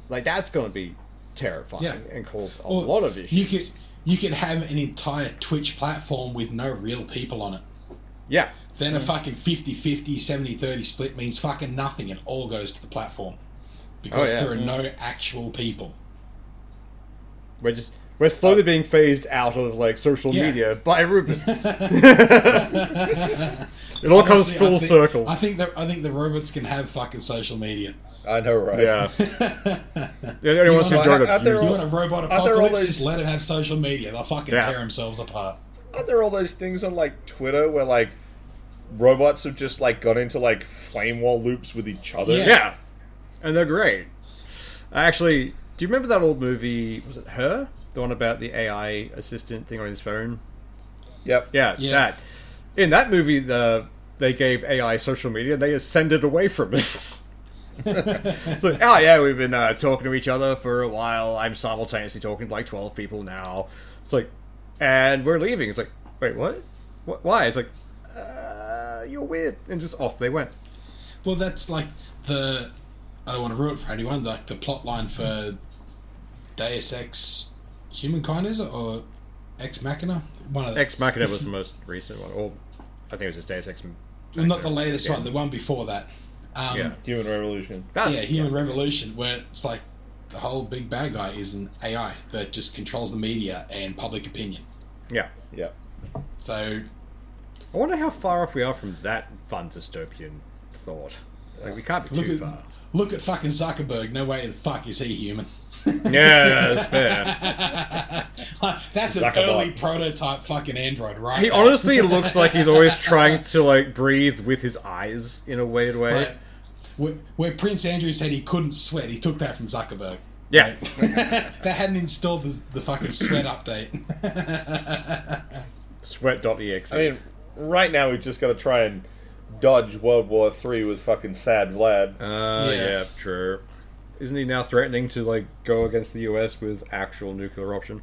Speaker 4: like that's going to be terrifying
Speaker 3: Yeah.
Speaker 4: and cause a
Speaker 3: Or
Speaker 4: lot of issues.
Speaker 3: You could you could have an entire Twitch platform with no real people on it.
Speaker 4: yeah,
Speaker 3: Then a
Speaker 2: Hmm.
Speaker 3: fucking 50-50, 70-30 split means fucking nothing. It all goes to the platform
Speaker 2: Oh,
Speaker 3: because
Speaker 4: yeah.
Speaker 3: there are no
Speaker 2: Hmm.
Speaker 3: actual people.
Speaker 4: we're just we're slowly being phased out of like social
Speaker 3: Uh, Yeah.
Speaker 4: media by Rubens. it all comes
Speaker 3: Honestly,
Speaker 4: full
Speaker 3: I think,
Speaker 4: circle.
Speaker 3: I think that I think the robots can have fucking social media.
Speaker 2: I know, right?
Speaker 4: Yeah. the only ones who
Speaker 3: Well,
Speaker 4: join
Speaker 2: out
Speaker 4: it.
Speaker 2: there
Speaker 3: You
Speaker 4: use
Speaker 3: want a robot
Speaker 2: Are there all
Speaker 3: apocalypse?
Speaker 2: those-
Speaker 3: Just let them have social media. They'll fucking
Speaker 4: Yeah.
Speaker 3: tear themselves apart.
Speaker 2: Aren't there all those things on like Twitter where like robots have just like got into like flame wall loops with each other?
Speaker 4: it. Yeah, and they're great. Uh, Actually, do you remember that old movie? Was it her? The one about the AI assistant thing on his phone?
Speaker 2: Yep.
Speaker 4: Yeah,
Speaker 3: Yeah.
Speaker 4: that. In that movie, the they gave AI social media. They just send it away from us. It's like, oh yeah, we've been uh, talking to each other for a while. I'm simultaneously talking to like twelve people now. It's like, and we're leaving. It's like, wait, what? what why? It's like, uh, you're weird, and just off they went.
Speaker 3: Well, that's like the. I don't want to ruin it for anyone. Like the plot line for Deus Ex Humankind, is it? Or Ex Machina? One of the.
Speaker 4: Ex Machina was the most recent one, or I think it was just Deus Ex.
Speaker 3: well, not the latest
Speaker 4: Yeah.
Speaker 3: one, the one before that. Um, yeah.
Speaker 4: Yeah.
Speaker 2: Human Revolution.
Speaker 4: That's,
Speaker 3: Human Revolution, where it's like the whole big bad guy is an AI that just controls the media and public opinion.
Speaker 4: yeah.
Speaker 2: Yeah.
Speaker 3: So
Speaker 4: I wonder how far off we are from that fun dystopian thought. Like we can't be
Speaker 3: look
Speaker 4: too
Speaker 3: at
Speaker 4: far.
Speaker 3: look at fucking Zuckerberg. No way the fuck is he human.
Speaker 4: Yeah, that's fair.
Speaker 3: Like, That's an
Speaker 2: Zuckerbot.
Speaker 3: early prototype fucking android, right?
Speaker 4: He honestly looks like he's always trying to like breathe with his eyes in a weird way.
Speaker 3: Like, where, where Prince Andrew said he couldn't sweat, he took that from Zuckerberg.
Speaker 4: Yeah.
Speaker 3: they hadn't installed the, the fucking sweat update.
Speaker 4: Sweat.exe.
Speaker 2: I mean, right now we've just got to try and dodge World War Three with fucking sad Vlad.
Speaker 4: uh,
Speaker 3: yeah.
Speaker 4: yeah. true. Isn't he now threatening to like go against the US with actual nuclear option?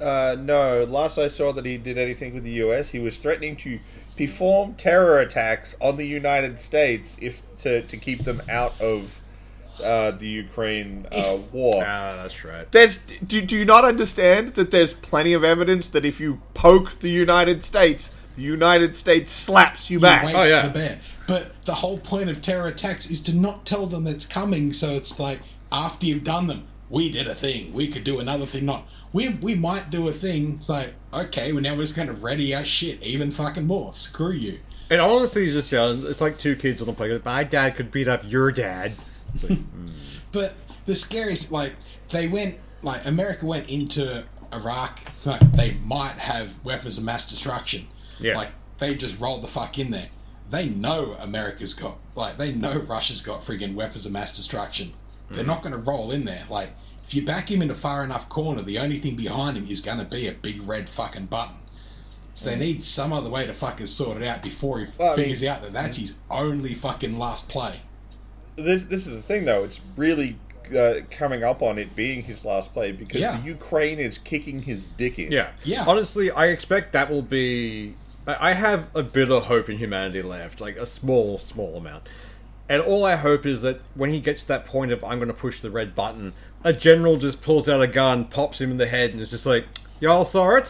Speaker 2: Uh, no, last I saw that he did anything with the U.S., he was threatening to perform terror attacks on the United States if to to keep them out of uh, the Ukraine uh, war.
Speaker 4: Ah, that's right.
Speaker 2: There's do, do you not understand that there's plenty of evidence that if you poke the United States, the United States slaps you back.
Speaker 3: Wake
Speaker 4: Oh, yeah.
Speaker 3: the bear. But the whole point of terror attacks is to not tell them it's coming. So it's like after you've done them, we did a thing. We could do another thing. Not we. We might do a thing. It's like okay, well now we're just going to ready our shit even fucking more. Screw you.
Speaker 4: It honestly is just sounds it's like two kids on the playground. My dad could beat up your dad. It's like,
Speaker 3: But the scariest, like they went, like America went into Iraq. Like they might have weapons of mass destruction.
Speaker 4: Yeah.
Speaker 3: Like they just rolled the fuck in there. They know America's got, like they know Russia's got friggin' weapons of mass destruction. They're not going to roll in there. Like if you back him in a far enough corner, the only thing behind him is going to be a big red fucking button. So they need some other way to fucking sort it out before he
Speaker 2: Well, I mean-
Speaker 3: figures out that that's his only fucking last play.
Speaker 2: this, this is the thing though it's really uh, coming up on it being his last play because
Speaker 3: Yeah.
Speaker 2: the ukraine is kicking his dick in
Speaker 4: Yeah.
Speaker 3: Yeah.
Speaker 4: Honestly, I expect that will be. I I have a bit of hope in humanity left, like a small, small amount. And all I hope is that when he gets to that point of I'm going to push the red button, a general just pulls out a gun, pops him in the head, and is just like, "Y'all saw it."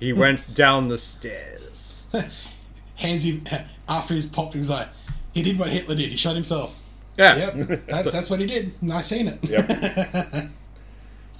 Speaker 4: He went down the stairs.
Speaker 3: hands him after he's popped. He was like, he did what Hitler did. He shot himself.
Speaker 4: Yeah.
Speaker 3: Yep, that's that's what he did. and I seen it.
Speaker 2: Yep.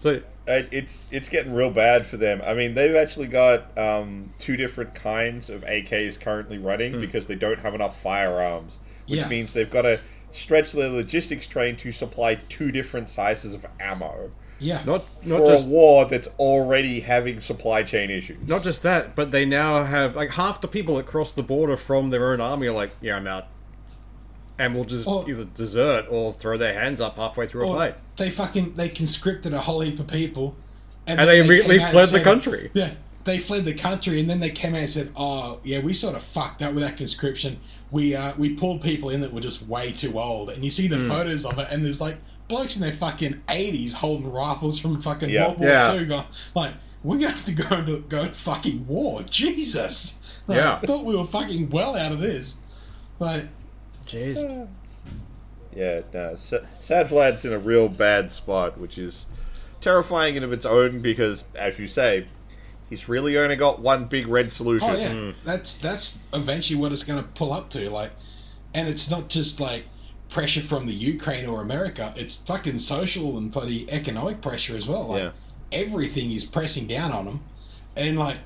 Speaker 4: So
Speaker 2: it- Uh, it's it's getting real bad for them. I mean, they've actually got um, two different kinds of AKs currently running because they don't have enough firearms, which
Speaker 3: Yeah.
Speaker 2: means they've got to stretch their logistics train to supply two different sizes of ammo
Speaker 3: Yeah.
Speaker 4: Not not
Speaker 2: for
Speaker 4: just
Speaker 2: a war that's already having supply chain issues.
Speaker 4: not just that, but they now have like half the people that cross the border from their own army are like, yeah, I'm out, and will just
Speaker 3: Or-
Speaker 4: either desert or throw their hands up halfway through a
Speaker 3: Or
Speaker 4: fight.
Speaker 3: they fucking they conscripted a whole heap of people,
Speaker 4: And
Speaker 3: then
Speaker 4: they re-
Speaker 3: came
Speaker 4: they
Speaker 3: out and
Speaker 4: fled the
Speaker 3: said-
Speaker 4: country.
Speaker 3: Yeah, they fled the country, and then they came out and said, "Oh, yeah, we sort of fucked up with that conscription. We uh, we pulled people in that were just way too old." And you see
Speaker 4: Hmm.
Speaker 3: the photos of it, and there's like blokes in their fucking eighties holding rifles from fucking
Speaker 2: Yeah.
Speaker 3: World War
Speaker 4: Yeah.
Speaker 3: Two, going like, "We're gonna have to go to go to fucking war." Jesus, Like,
Speaker 4: Yeah.
Speaker 3: I thought we were fucking well out of this, but
Speaker 4: Jeez.
Speaker 2: Yeah, no. Sa- Sad Vlad's in a real bad spot, which is terrifying in of its own because, as you say, he's really only got one big red solution. Hmm.
Speaker 3: Oh yeah, that's that's eventually what it's going to pull up to. Like, and it's not just like pressure from the Ukraine or America. It's fucking social and bloody economic pressure as well. Like,
Speaker 2: Yeah.
Speaker 3: everything is pressing down on them, and like,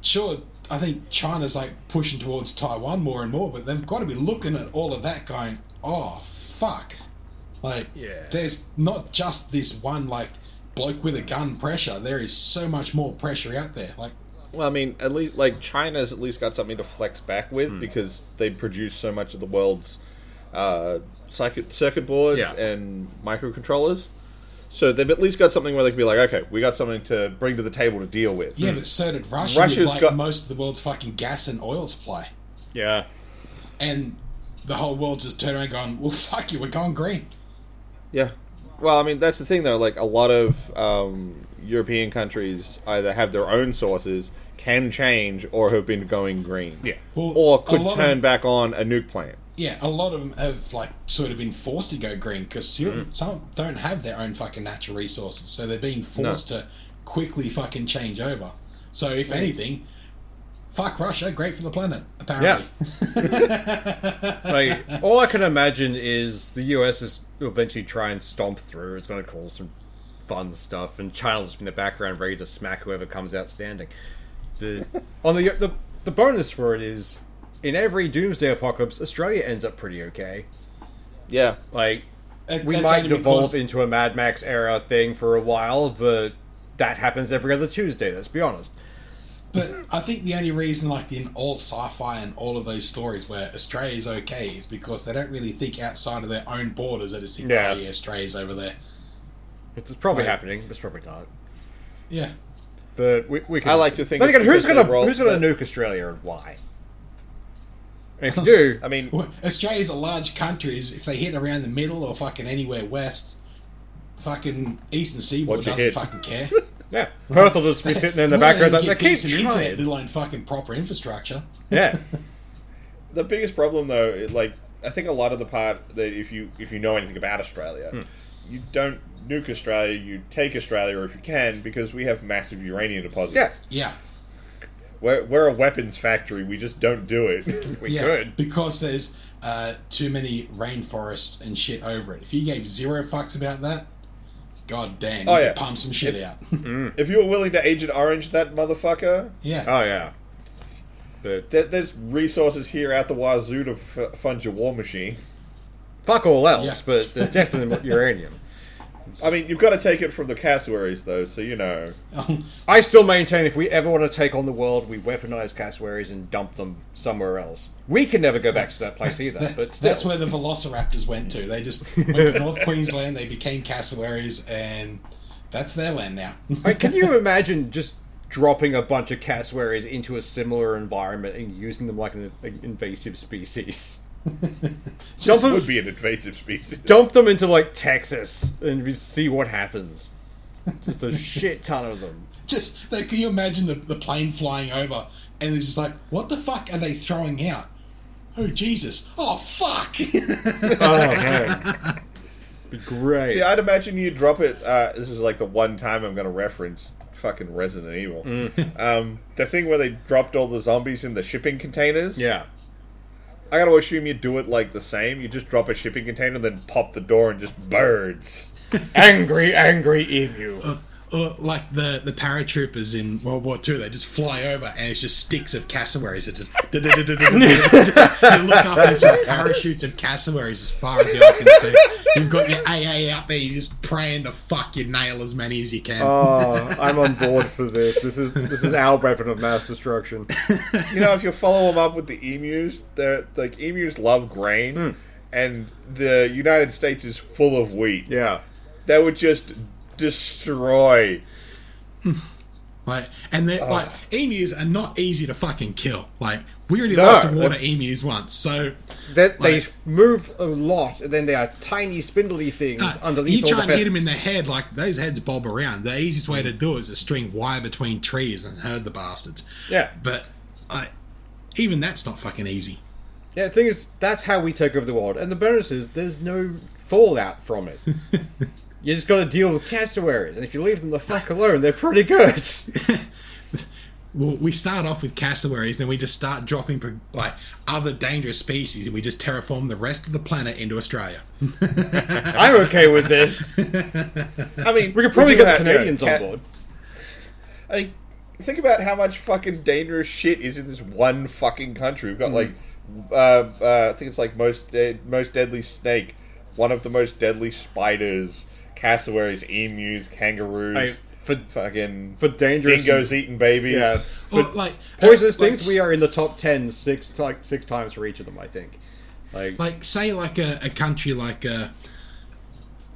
Speaker 3: sure, I think China's like pushing towards Taiwan more and more, but they've got to be looking at all of that going, oh fuck, like,
Speaker 4: Yeah.
Speaker 3: there's not just this one like bloke with a gun pressure. There is so much more pressure out there. Like.
Speaker 2: Well, I mean, at least like China's at least got something to flex back with because they produce so much of the world's uh, circuit circuit boards
Speaker 4: Yeah.
Speaker 2: and microcontrollers. So they've at least got something where they can be like, okay, we got something to bring to the table to deal with.
Speaker 3: Yeah, but so did Russia
Speaker 2: Russia's
Speaker 3: with like
Speaker 2: got-
Speaker 3: most of the world's fucking gas and oil supply.
Speaker 4: Yeah.
Speaker 3: And the whole world just turned around going, Well fuck you, we're going green.
Speaker 2: Yeah. Well, I mean, that's the thing, though. Like, a lot of um, European countries either have their own sources, can change, or have been going green.
Speaker 4: Yeah.
Speaker 3: Well,
Speaker 2: Or
Speaker 3: a
Speaker 2: could
Speaker 3: lot of-
Speaker 2: turn back on a nuke plant.
Speaker 3: Yeah, a lot of them have like sort of been forced to go green because
Speaker 4: Mm.
Speaker 3: some, some don't have their own fucking natural resources, so they're being forced to quickly fucking change over. So if
Speaker 4: Mm.
Speaker 3: anything, fuck Russia, great for the planet, apparently.
Speaker 4: like all I can imagine is the US is will eventually try and stomp through. It's going to cause some fun stuff, and China will just be in the background ready to smack whoever comes outstanding. The on the the the bonus for it is in every doomsday apocalypse, Australia ends up pretty okay.
Speaker 2: Yeah.
Speaker 4: Like
Speaker 3: That-
Speaker 4: we
Speaker 3: that's
Speaker 4: might
Speaker 3: only
Speaker 4: devolve
Speaker 3: because-
Speaker 4: into a Mad Max era thing for a while, but that happens every other Tuesday. Let's be honest.
Speaker 3: But I think the only reason, like in all sci-fi and all of those stories, where Australia's okay is because they don't really think outside of their own borders. That it's like,
Speaker 4: Yeah.
Speaker 3: yeah, oh, yeah, Australia's over there.
Speaker 4: It's probably
Speaker 3: Right.
Speaker 4: happening. It's probably not.
Speaker 3: Yeah,
Speaker 4: But we, we can.
Speaker 2: I like to think
Speaker 4: Then
Speaker 2: it's
Speaker 4: again, who's
Speaker 2: because
Speaker 4: gonna
Speaker 2: they roll-
Speaker 4: who's gonna nuke Australia and why? And if you do,
Speaker 2: I mean,
Speaker 3: well, Australia's a large country. Is if they hit around the middle or fucking anywhere west, fucking eastern seaboard
Speaker 2: Watch your
Speaker 3: doesn't
Speaker 2: head.
Speaker 3: fucking care.
Speaker 4: yeah, Perth will just be sitting in the
Speaker 3: We're not
Speaker 4: background like,
Speaker 3: even
Speaker 4: they
Speaker 3: getting
Speaker 4: keep
Speaker 3: decent internet, let
Speaker 4: trying.
Speaker 3: alone fucking proper infrastructure.
Speaker 4: Yeah,
Speaker 2: the biggest problem though it- like i think a lot of the part that if you if you know anything about australia
Speaker 4: Hmm.
Speaker 2: you don't nuke australia you take australia or if you can because we have massive uranium deposits
Speaker 4: Yeah.
Speaker 3: Yeah,
Speaker 2: we're, we're a weapons factory we just don't do it
Speaker 4: we
Speaker 3: yeah,
Speaker 4: could.
Speaker 3: because there's uh, too many rainforests and shit over it. If you gave zero fucks about that, god damn, you
Speaker 2: Oh,
Speaker 3: could
Speaker 2: yeah.
Speaker 3: pump some shit out.
Speaker 2: if you were willing to agent orange that motherfucker
Speaker 3: yeah.
Speaker 4: Oh yeah, but
Speaker 2: there, there's resources here out the wazoo to f- fund your war machine
Speaker 4: fuck all else.
Speaker 3: Yeah.
Speaker 4: But there's definitely more uranium.
Speaker 2: i mean you've got to take it from the cassowaries though so you know
Speaker 4: I still maintain if we ever want to take on the world, we weaponize cassowaries and dump them somewhere else. We can never go back to that place either. But still,
Speaker 3: That's where the velociraptors went to. They just went to North Queensland, they became cassowaries, and that's their land now.
Speaker 4: Like, can you imagine just dropping a bunch of cassowaries into a similar environment and using them like an, an invasive species? dump,
Speaker 2: would
Speaker 4: them,
Speaker 2: be an invasive species
Speaker 4: dump them into like Texas and we see what happens. Just a shit ton of them.
Speaker 3: just like, can you imagine the, the plane flying over and it's just like, what the fuck are they throwing out? Oh Jesus. Oh fuck
Speaker 4: Oh man, Be great.
Speaker 2: See, I'd imagine you drop it. Uh, this is like the one time I'm going to reference fucking Resident Evil. Um, the thing where they dropped all the zombies in the shipping containers.
Speaker 4: yeah,
Speaker 2: I got to assume you do it like the same. You just drop a shipping container, then pop the door and just birds.
Speaker 4: angry, angry emu.
Speaker 3: Or like the, the paratroopers in World War Two, they just fly over and it's just sticks of cassowaries. It's just, you look up and it's just parachutes of cassowaries as far as the eye can see. You've got your AA out there, you're just praying to fuck you nail as many as you can.
Speaker 5: Oh, I'm on board for this. This is this is our weapon of mass destruction.
Speaker 2: You know, if you follow them up with the emus, they're like emus love grain,
Speaker 4: Hmm.
Speaker 2: and the United States is full of wheat.
Speaker 5: Yeah.
Speaker 2: That would just destroy.
Speaker 3: Like, and they're like emus are not easy to fucking kill. Like, we already lost to water
Speaker 2: that's-
Speaker 3: emus once, so
Speaker 4: That they
Speaker 3: Like-
Speaker 4: move a lot, and then they are tiny, spindly things
Speaker 3: uh,
Speaker 4: underneath
Speaker 3: you
Speaker 4: all
Speaker 3: try
Speaker 4: the
Speaker 3: and hit them
Speaker 4: feathers.
Speaker 3: in the head, like those heads bob around. The easiest way to do it is to string wire between trees and herd the bastards.
Speaker 4: Yeah.
Speaker 3: but I, even that's not fucking easy.
Speaker 4: Yeah, the thing is, that's how we take over the world. And the bonus is, there's no fallout from it. you just got to deal with cassowaries, and if you leave them the fuck alone, they're pretty good.
Speaker 3: Well, we start off with cassowaries, then we just start dropping pro- like other dangerous species, and we just terraform the rest of the planet into Australia.
Speaker 4: I'm okay with this.
Speaker 2: I mean,
Speaker 4: We could probably
Speaker 2: do
Speaker 4: get the
Speaker 2: have, you know,
Speaker 4: Canadians on
Speaker 2: cat-
Speaker 4: board.
Speaker 2: I mean, think about how much fucking dangerous shit is in this one fucking country. We've
Speaker 4: Hmm.
Speaker 2: got like, uh, uh, I think it's like most de- most deadly snake, one of the most deadly spiders, cassowaries, emus, kangaroos,
Speaker 4: I- for-
Speaker 2: fucking
Speaker 4: for dangerous-
Speaker 2: dingoes eating babies.
Speaker 4: Yeah.
Speaker 3: Or like
Speaker 4: Poisonous
Speaker 3: uh, like,
Speaker 4: things, we are in the top 10 six, like, six times for each of them, I think. Like,
Speaker 3: like say like a, a country like uh,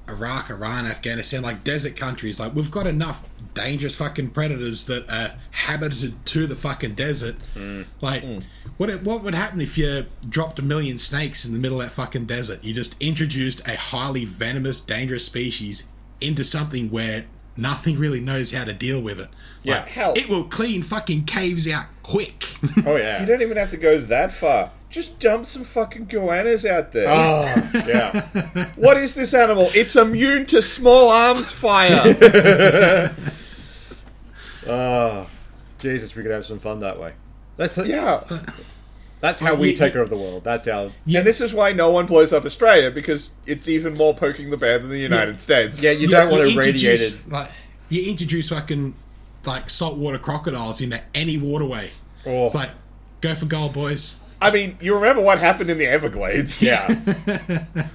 Speaker 3: Iraq, Iran, Afghanistan, like desert countries, like we've got enough dangerous fucking predators that are habited to the fucking desert. Like what it- what would happen if you dropped a million snakes in the middle of that fucking desert? You just introduced a highly venomous, dangerous species into something where nothing really knows how to deal with it.
Speaker 4: Yeah,
Speaker 3: Like,
Speaker 2: hell.
Speaker 3: it will clean fucking caves out quick.
Speaker 4: oh yeah.
Speaker 2: You don't even have to go that far. Just dump some fucking goannas out there.
Speaker 4: Oh, yeah.
Speaker 2: What is this animal? It's immune to small arms fire.
Speaker 4: Oh, Jesus, we could have some fun that way. That's
Speaker 2: yeah.
Speaker 4: That's how we
Speaker 3: you-
Speaker 4: take over the world. That's our
Speaker 2: And this is why no one blows up Australia because it's even more poking the bear than the United States.
Speaker 4: yeah. You
Speaker 3: Yeah,
Speaker 4: don't want to radiate
Speaker 3: introduce,
Speaker 4: it.
Speaker 3: Like you introduce fucking like saltwater crocodiles into any waterway.
Speaker 4: Oh.
Speaker 3: Like, go for gold, boys.
Speaker 2: I mean, you remember what happened in the Everglades?
Speaker 4: Yeah,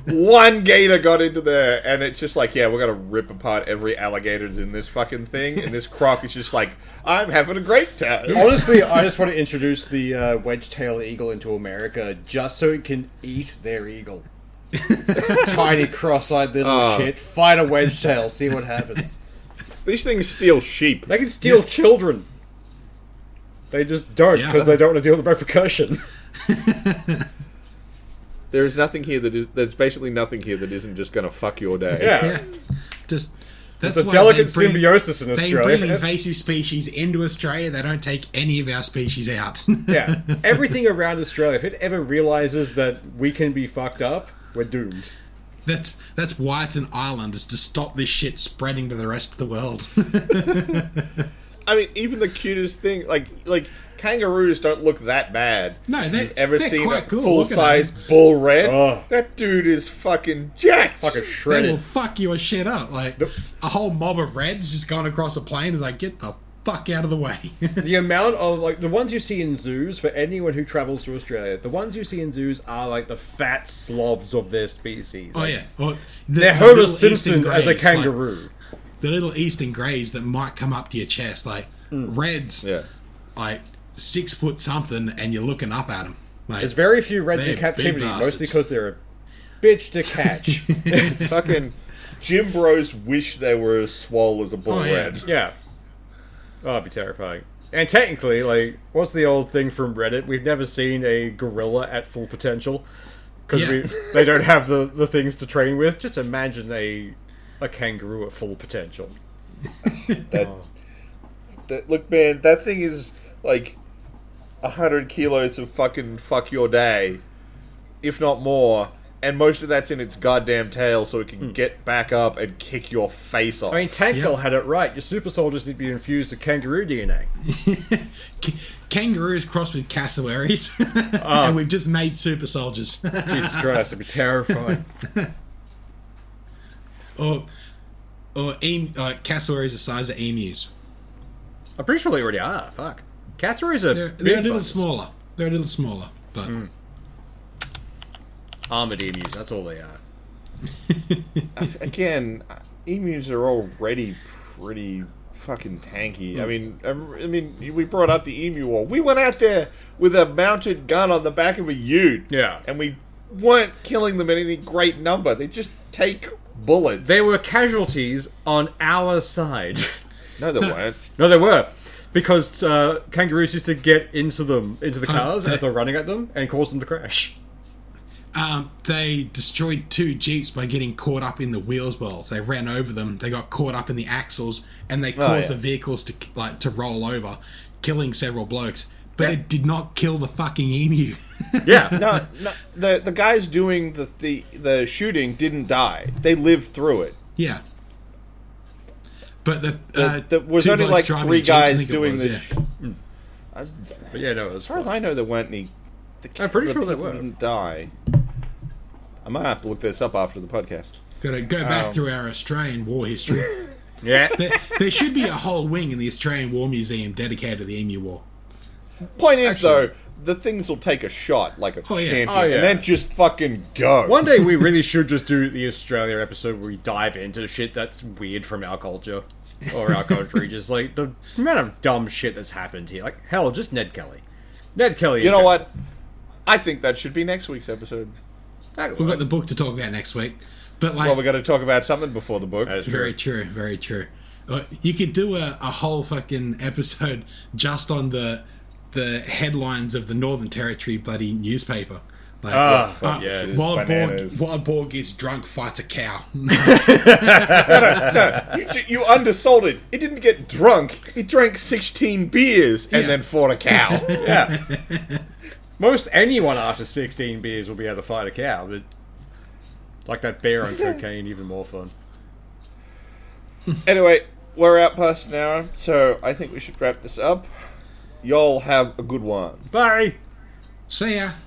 Speaker 2: One gator got into there, and it's just like, yeah, we're gonna rip apart every alligator's in this fucking thing. And this croc is just like, I'm having a great time.
Speaker 4: honestly, I just want to introduce the uh, wedge-tailed eagle into America just so it can eat their eagle. Tiny cross-eyed little shit. Fight a wedge tail. See what happens.
Speaker 2: These things steal sheep.
Speaker 4: They can steal children. They just don't
Speaker 3: Yeah.
Speaker 4: because they don't want to deal with the repercussion.
Speaker 2: There is nothing here that is. There's basically nothing here that isn't just gonna fuck your day.
Speaker 3: Yeah, just that's
Speaker 4: It's a
Speaker 3: why
Speaker 4: delicate
Speaker 3: they bring,
Speaker 4: symbiosis in
Speaker 3: They
Speaker 4: Australia.
Speaker 3: bring invasive species into Australia. They don't take any of our species out.
Speaker 4: yeah, everything around Australia. If it ever realizes that we can be fucked up, we're doomed.
Speaker 3: that's that's why it's an island is to stop this shit spreading to the rest of the world.
Speaker 2: I mean, even the cutest thing, like like kangaroos, don't look that bad.
Speaker 3: No, they-
Speaker 2: You've ever
Speaker 3: they're
Speaker 2: seen a
Speaker 3: quite cool.
Speaker 2: full
Speaker 3: Look at
Speaker 2: size bull red?
Speaker 4: Ugh.
Speaker 2: That dude is fucking jacked.
Speaker 4: Fucking
Speaker 3: they will
Speaker 4: shredded.
Speaker 3: fuck your shit up. Like a whole mob of reds just going across a plane is like, get the fuck out of the way.
Speaker 4: the amount of like the ones you see in zoos for anyone who travels to Australia, the ones you see in zoos are like the fat slobs of their species.
Speaker 3: Oh
Speaker 4: Like,
Speaker 3: yeah, well, the,
Speaker 4: They're
Speaker 3: the
Speaker 4: Homer
Speaker 3: little Eastern
Speaker 4: Simpson as a
Speaker 3: greys, like,
Speaker 4: kangaroo.
Speaker 3: the little eastern greys that might come up to your chest, like
Speaker 4: Hmm.
Speaker 3: reds,
Speaker 2: Yeah.
Speaker 3: like six foot something, and you're looking up at them. Like,
Speaker 4: There's very few reds in
Speaker 3: They're
Speaker 4: captivity,
Speaker 3: big
Speaker 4: mostly
Speaker 3: bastards.
Speaker 4: because they're a bitch to catch.
Speaker 2: fucking Jim Bros wish they were as swole as a bull
Speaker 3: Oh, yeah.
Speaker 2: red.
Speaker 4: yeah. Oh, that'd be terrifying. And technically, like, what's the old thing from Reddit? We've never seen a gorilla at full potential because
Speaker 3: Yeah.
Speaker 4: they don't have the, the things to train with. Just imagine a a kangaroo at full potential.
Speaker 2: That, that look, man, that thing is like hundred kilos of fucking fuck your day, if not more. And most of that's in its goddamn tail, so it can get back up and kick your face off.
Speaker 4: I mean, Tank
Speaker 3: Yeah.
Speaker 4: Girl had it right. Your super soldiers need to be infused with kangaroo DNA.
Speaker 3: k- kangaroos crossed with cassowaries,
Speaker 4: Ah.
Speaker 3: and we've just made super soldiers.
Speaker 4: Jesus Christ, it'd be terrifying.
Speaker 3: or or em- like cassowaries the size of emus.
Speaker 4: I'm pretty sure they already are. Fuck. Cassowaries are
Speaker 3: They're,
Speaker 4: big Hmm.
Speaker 3: they're a little
Speaker 4: buggers.
Speaker 3: smaller. They're a little smaller, but
Speaker 4: Armored emus. That's all they are.
Speaker 2: Again, emus are already pretty fucking tanky. I mean, um, I I mean, we brought up the emu war. We went out there with a mounted gun on the back of a ute.
Speaker 4: Yeah.
Speaker 2: and we weren't killing them in any great number. They just take bullets.
Speaker 4: They were casualties on our side.
Speaker 2: no, they weren't.
Speaker 4: no, they were. Because uh, kangaroos used to get into them, into the
Speaker 3: Oh,
Speaker 4: cars as
Speaker 3: that-
Speaker 4: they're running at them, and cause them to crash.
Speaker 3: um, they destroyed two jeeps by getting caught up in the wheels wells. They ran over them. They got caught up in the axles, and they caused
Speaker 2: Oh, yeah.
Speaker 3: the vehicles to like to roll over, killing several blokes. But it did not kill the fucking emu.
Speaker 4: Yeah.
Speaker 2: No, no, the the guys doing the, the the shooting didn't die. They lived through it.
Speaker 3: yeah. But the, uh,
Speaker 2: There there was
Speaker 3: two
Speaker 2: only
Speaker 3: blokes
Speaker 2: like
Speaker 3: driving
Speaker 2: three
Speaker 3: the Jeeps, I
Speaker 2: guys
Speaker 3: think it
Speaker 2: doing
Speaker 3: was,
Speaker 2: the.
Speaker 3: yeah.
Speaker 2: sh- As
Speaker 4: But yeah, no, it was
Speaker 2: far as
Speaker 4: fun.
Speaker 2: I know, there weren't any. The
Speaker 4: I'm pretty
Speaker 2: the
Speaker 4: sure there
Speaker 2: people
Speaker 4: were.
Speaker 2: Didn't die. I might have to look this up after the podcast.
Speaker 3: Gotta go back
Speaker 2: Um,
Speaker 3: through our Australian war history.
Speaker 4: Yeah.
Speaker 3: there, there should be a whole wing in the Australian War Museum dedicated to the Emu War.
Speaker 2: Point is, though, the things will take a shot like a
Speaker 3: Oh, yeah.
Speaker 2: champion,
Speaker 4: Oh, yeah.
Speaker 2: and then just fucking go.
Speaker 4: One day we really should just do the Australia episode where we dive into shit that's weird from our culture or our country. just like the amount of dumb shit that's happened here. Like, hell, just Ned Kelly. Ned Kelly.
Speaker 2: You know what? I think that should be next week's episode.
Speaker 4: Ah,
Speaker 3: We've got the book to talk about next week, but like,
Speaker 2: Well, we got to talk about something before the book.
Speaker 3: very true, very true. Uh, You could do a, a whole fucking episode just on the the headlines of the Northern Territory bloody newspaper. Like,
Speaker 4: Ah,
Speaker 3: uh,
Speaker 4: yes.
Speaker 3: wild boar,
Speaker 2: Bananas.
Speaker 3: wild boar gets drunk, fights a cow.
Speaker 2: You, ju- you undersold it. It didn't get drunk. It drank 16 beers and
Speaker 3: Yeah.
Speaker 2: then fought a cow.
Speaker 4: Yeah. Most anyone after 16 beers will be able to fight a cow. But like that bear on cocaine, even more fun.
Speaker 2: anyway, we're out past an hour, so I think we should wrap this up. Y'all have a good one.
Speaker 4: Bye.
Speaker 3: See ya.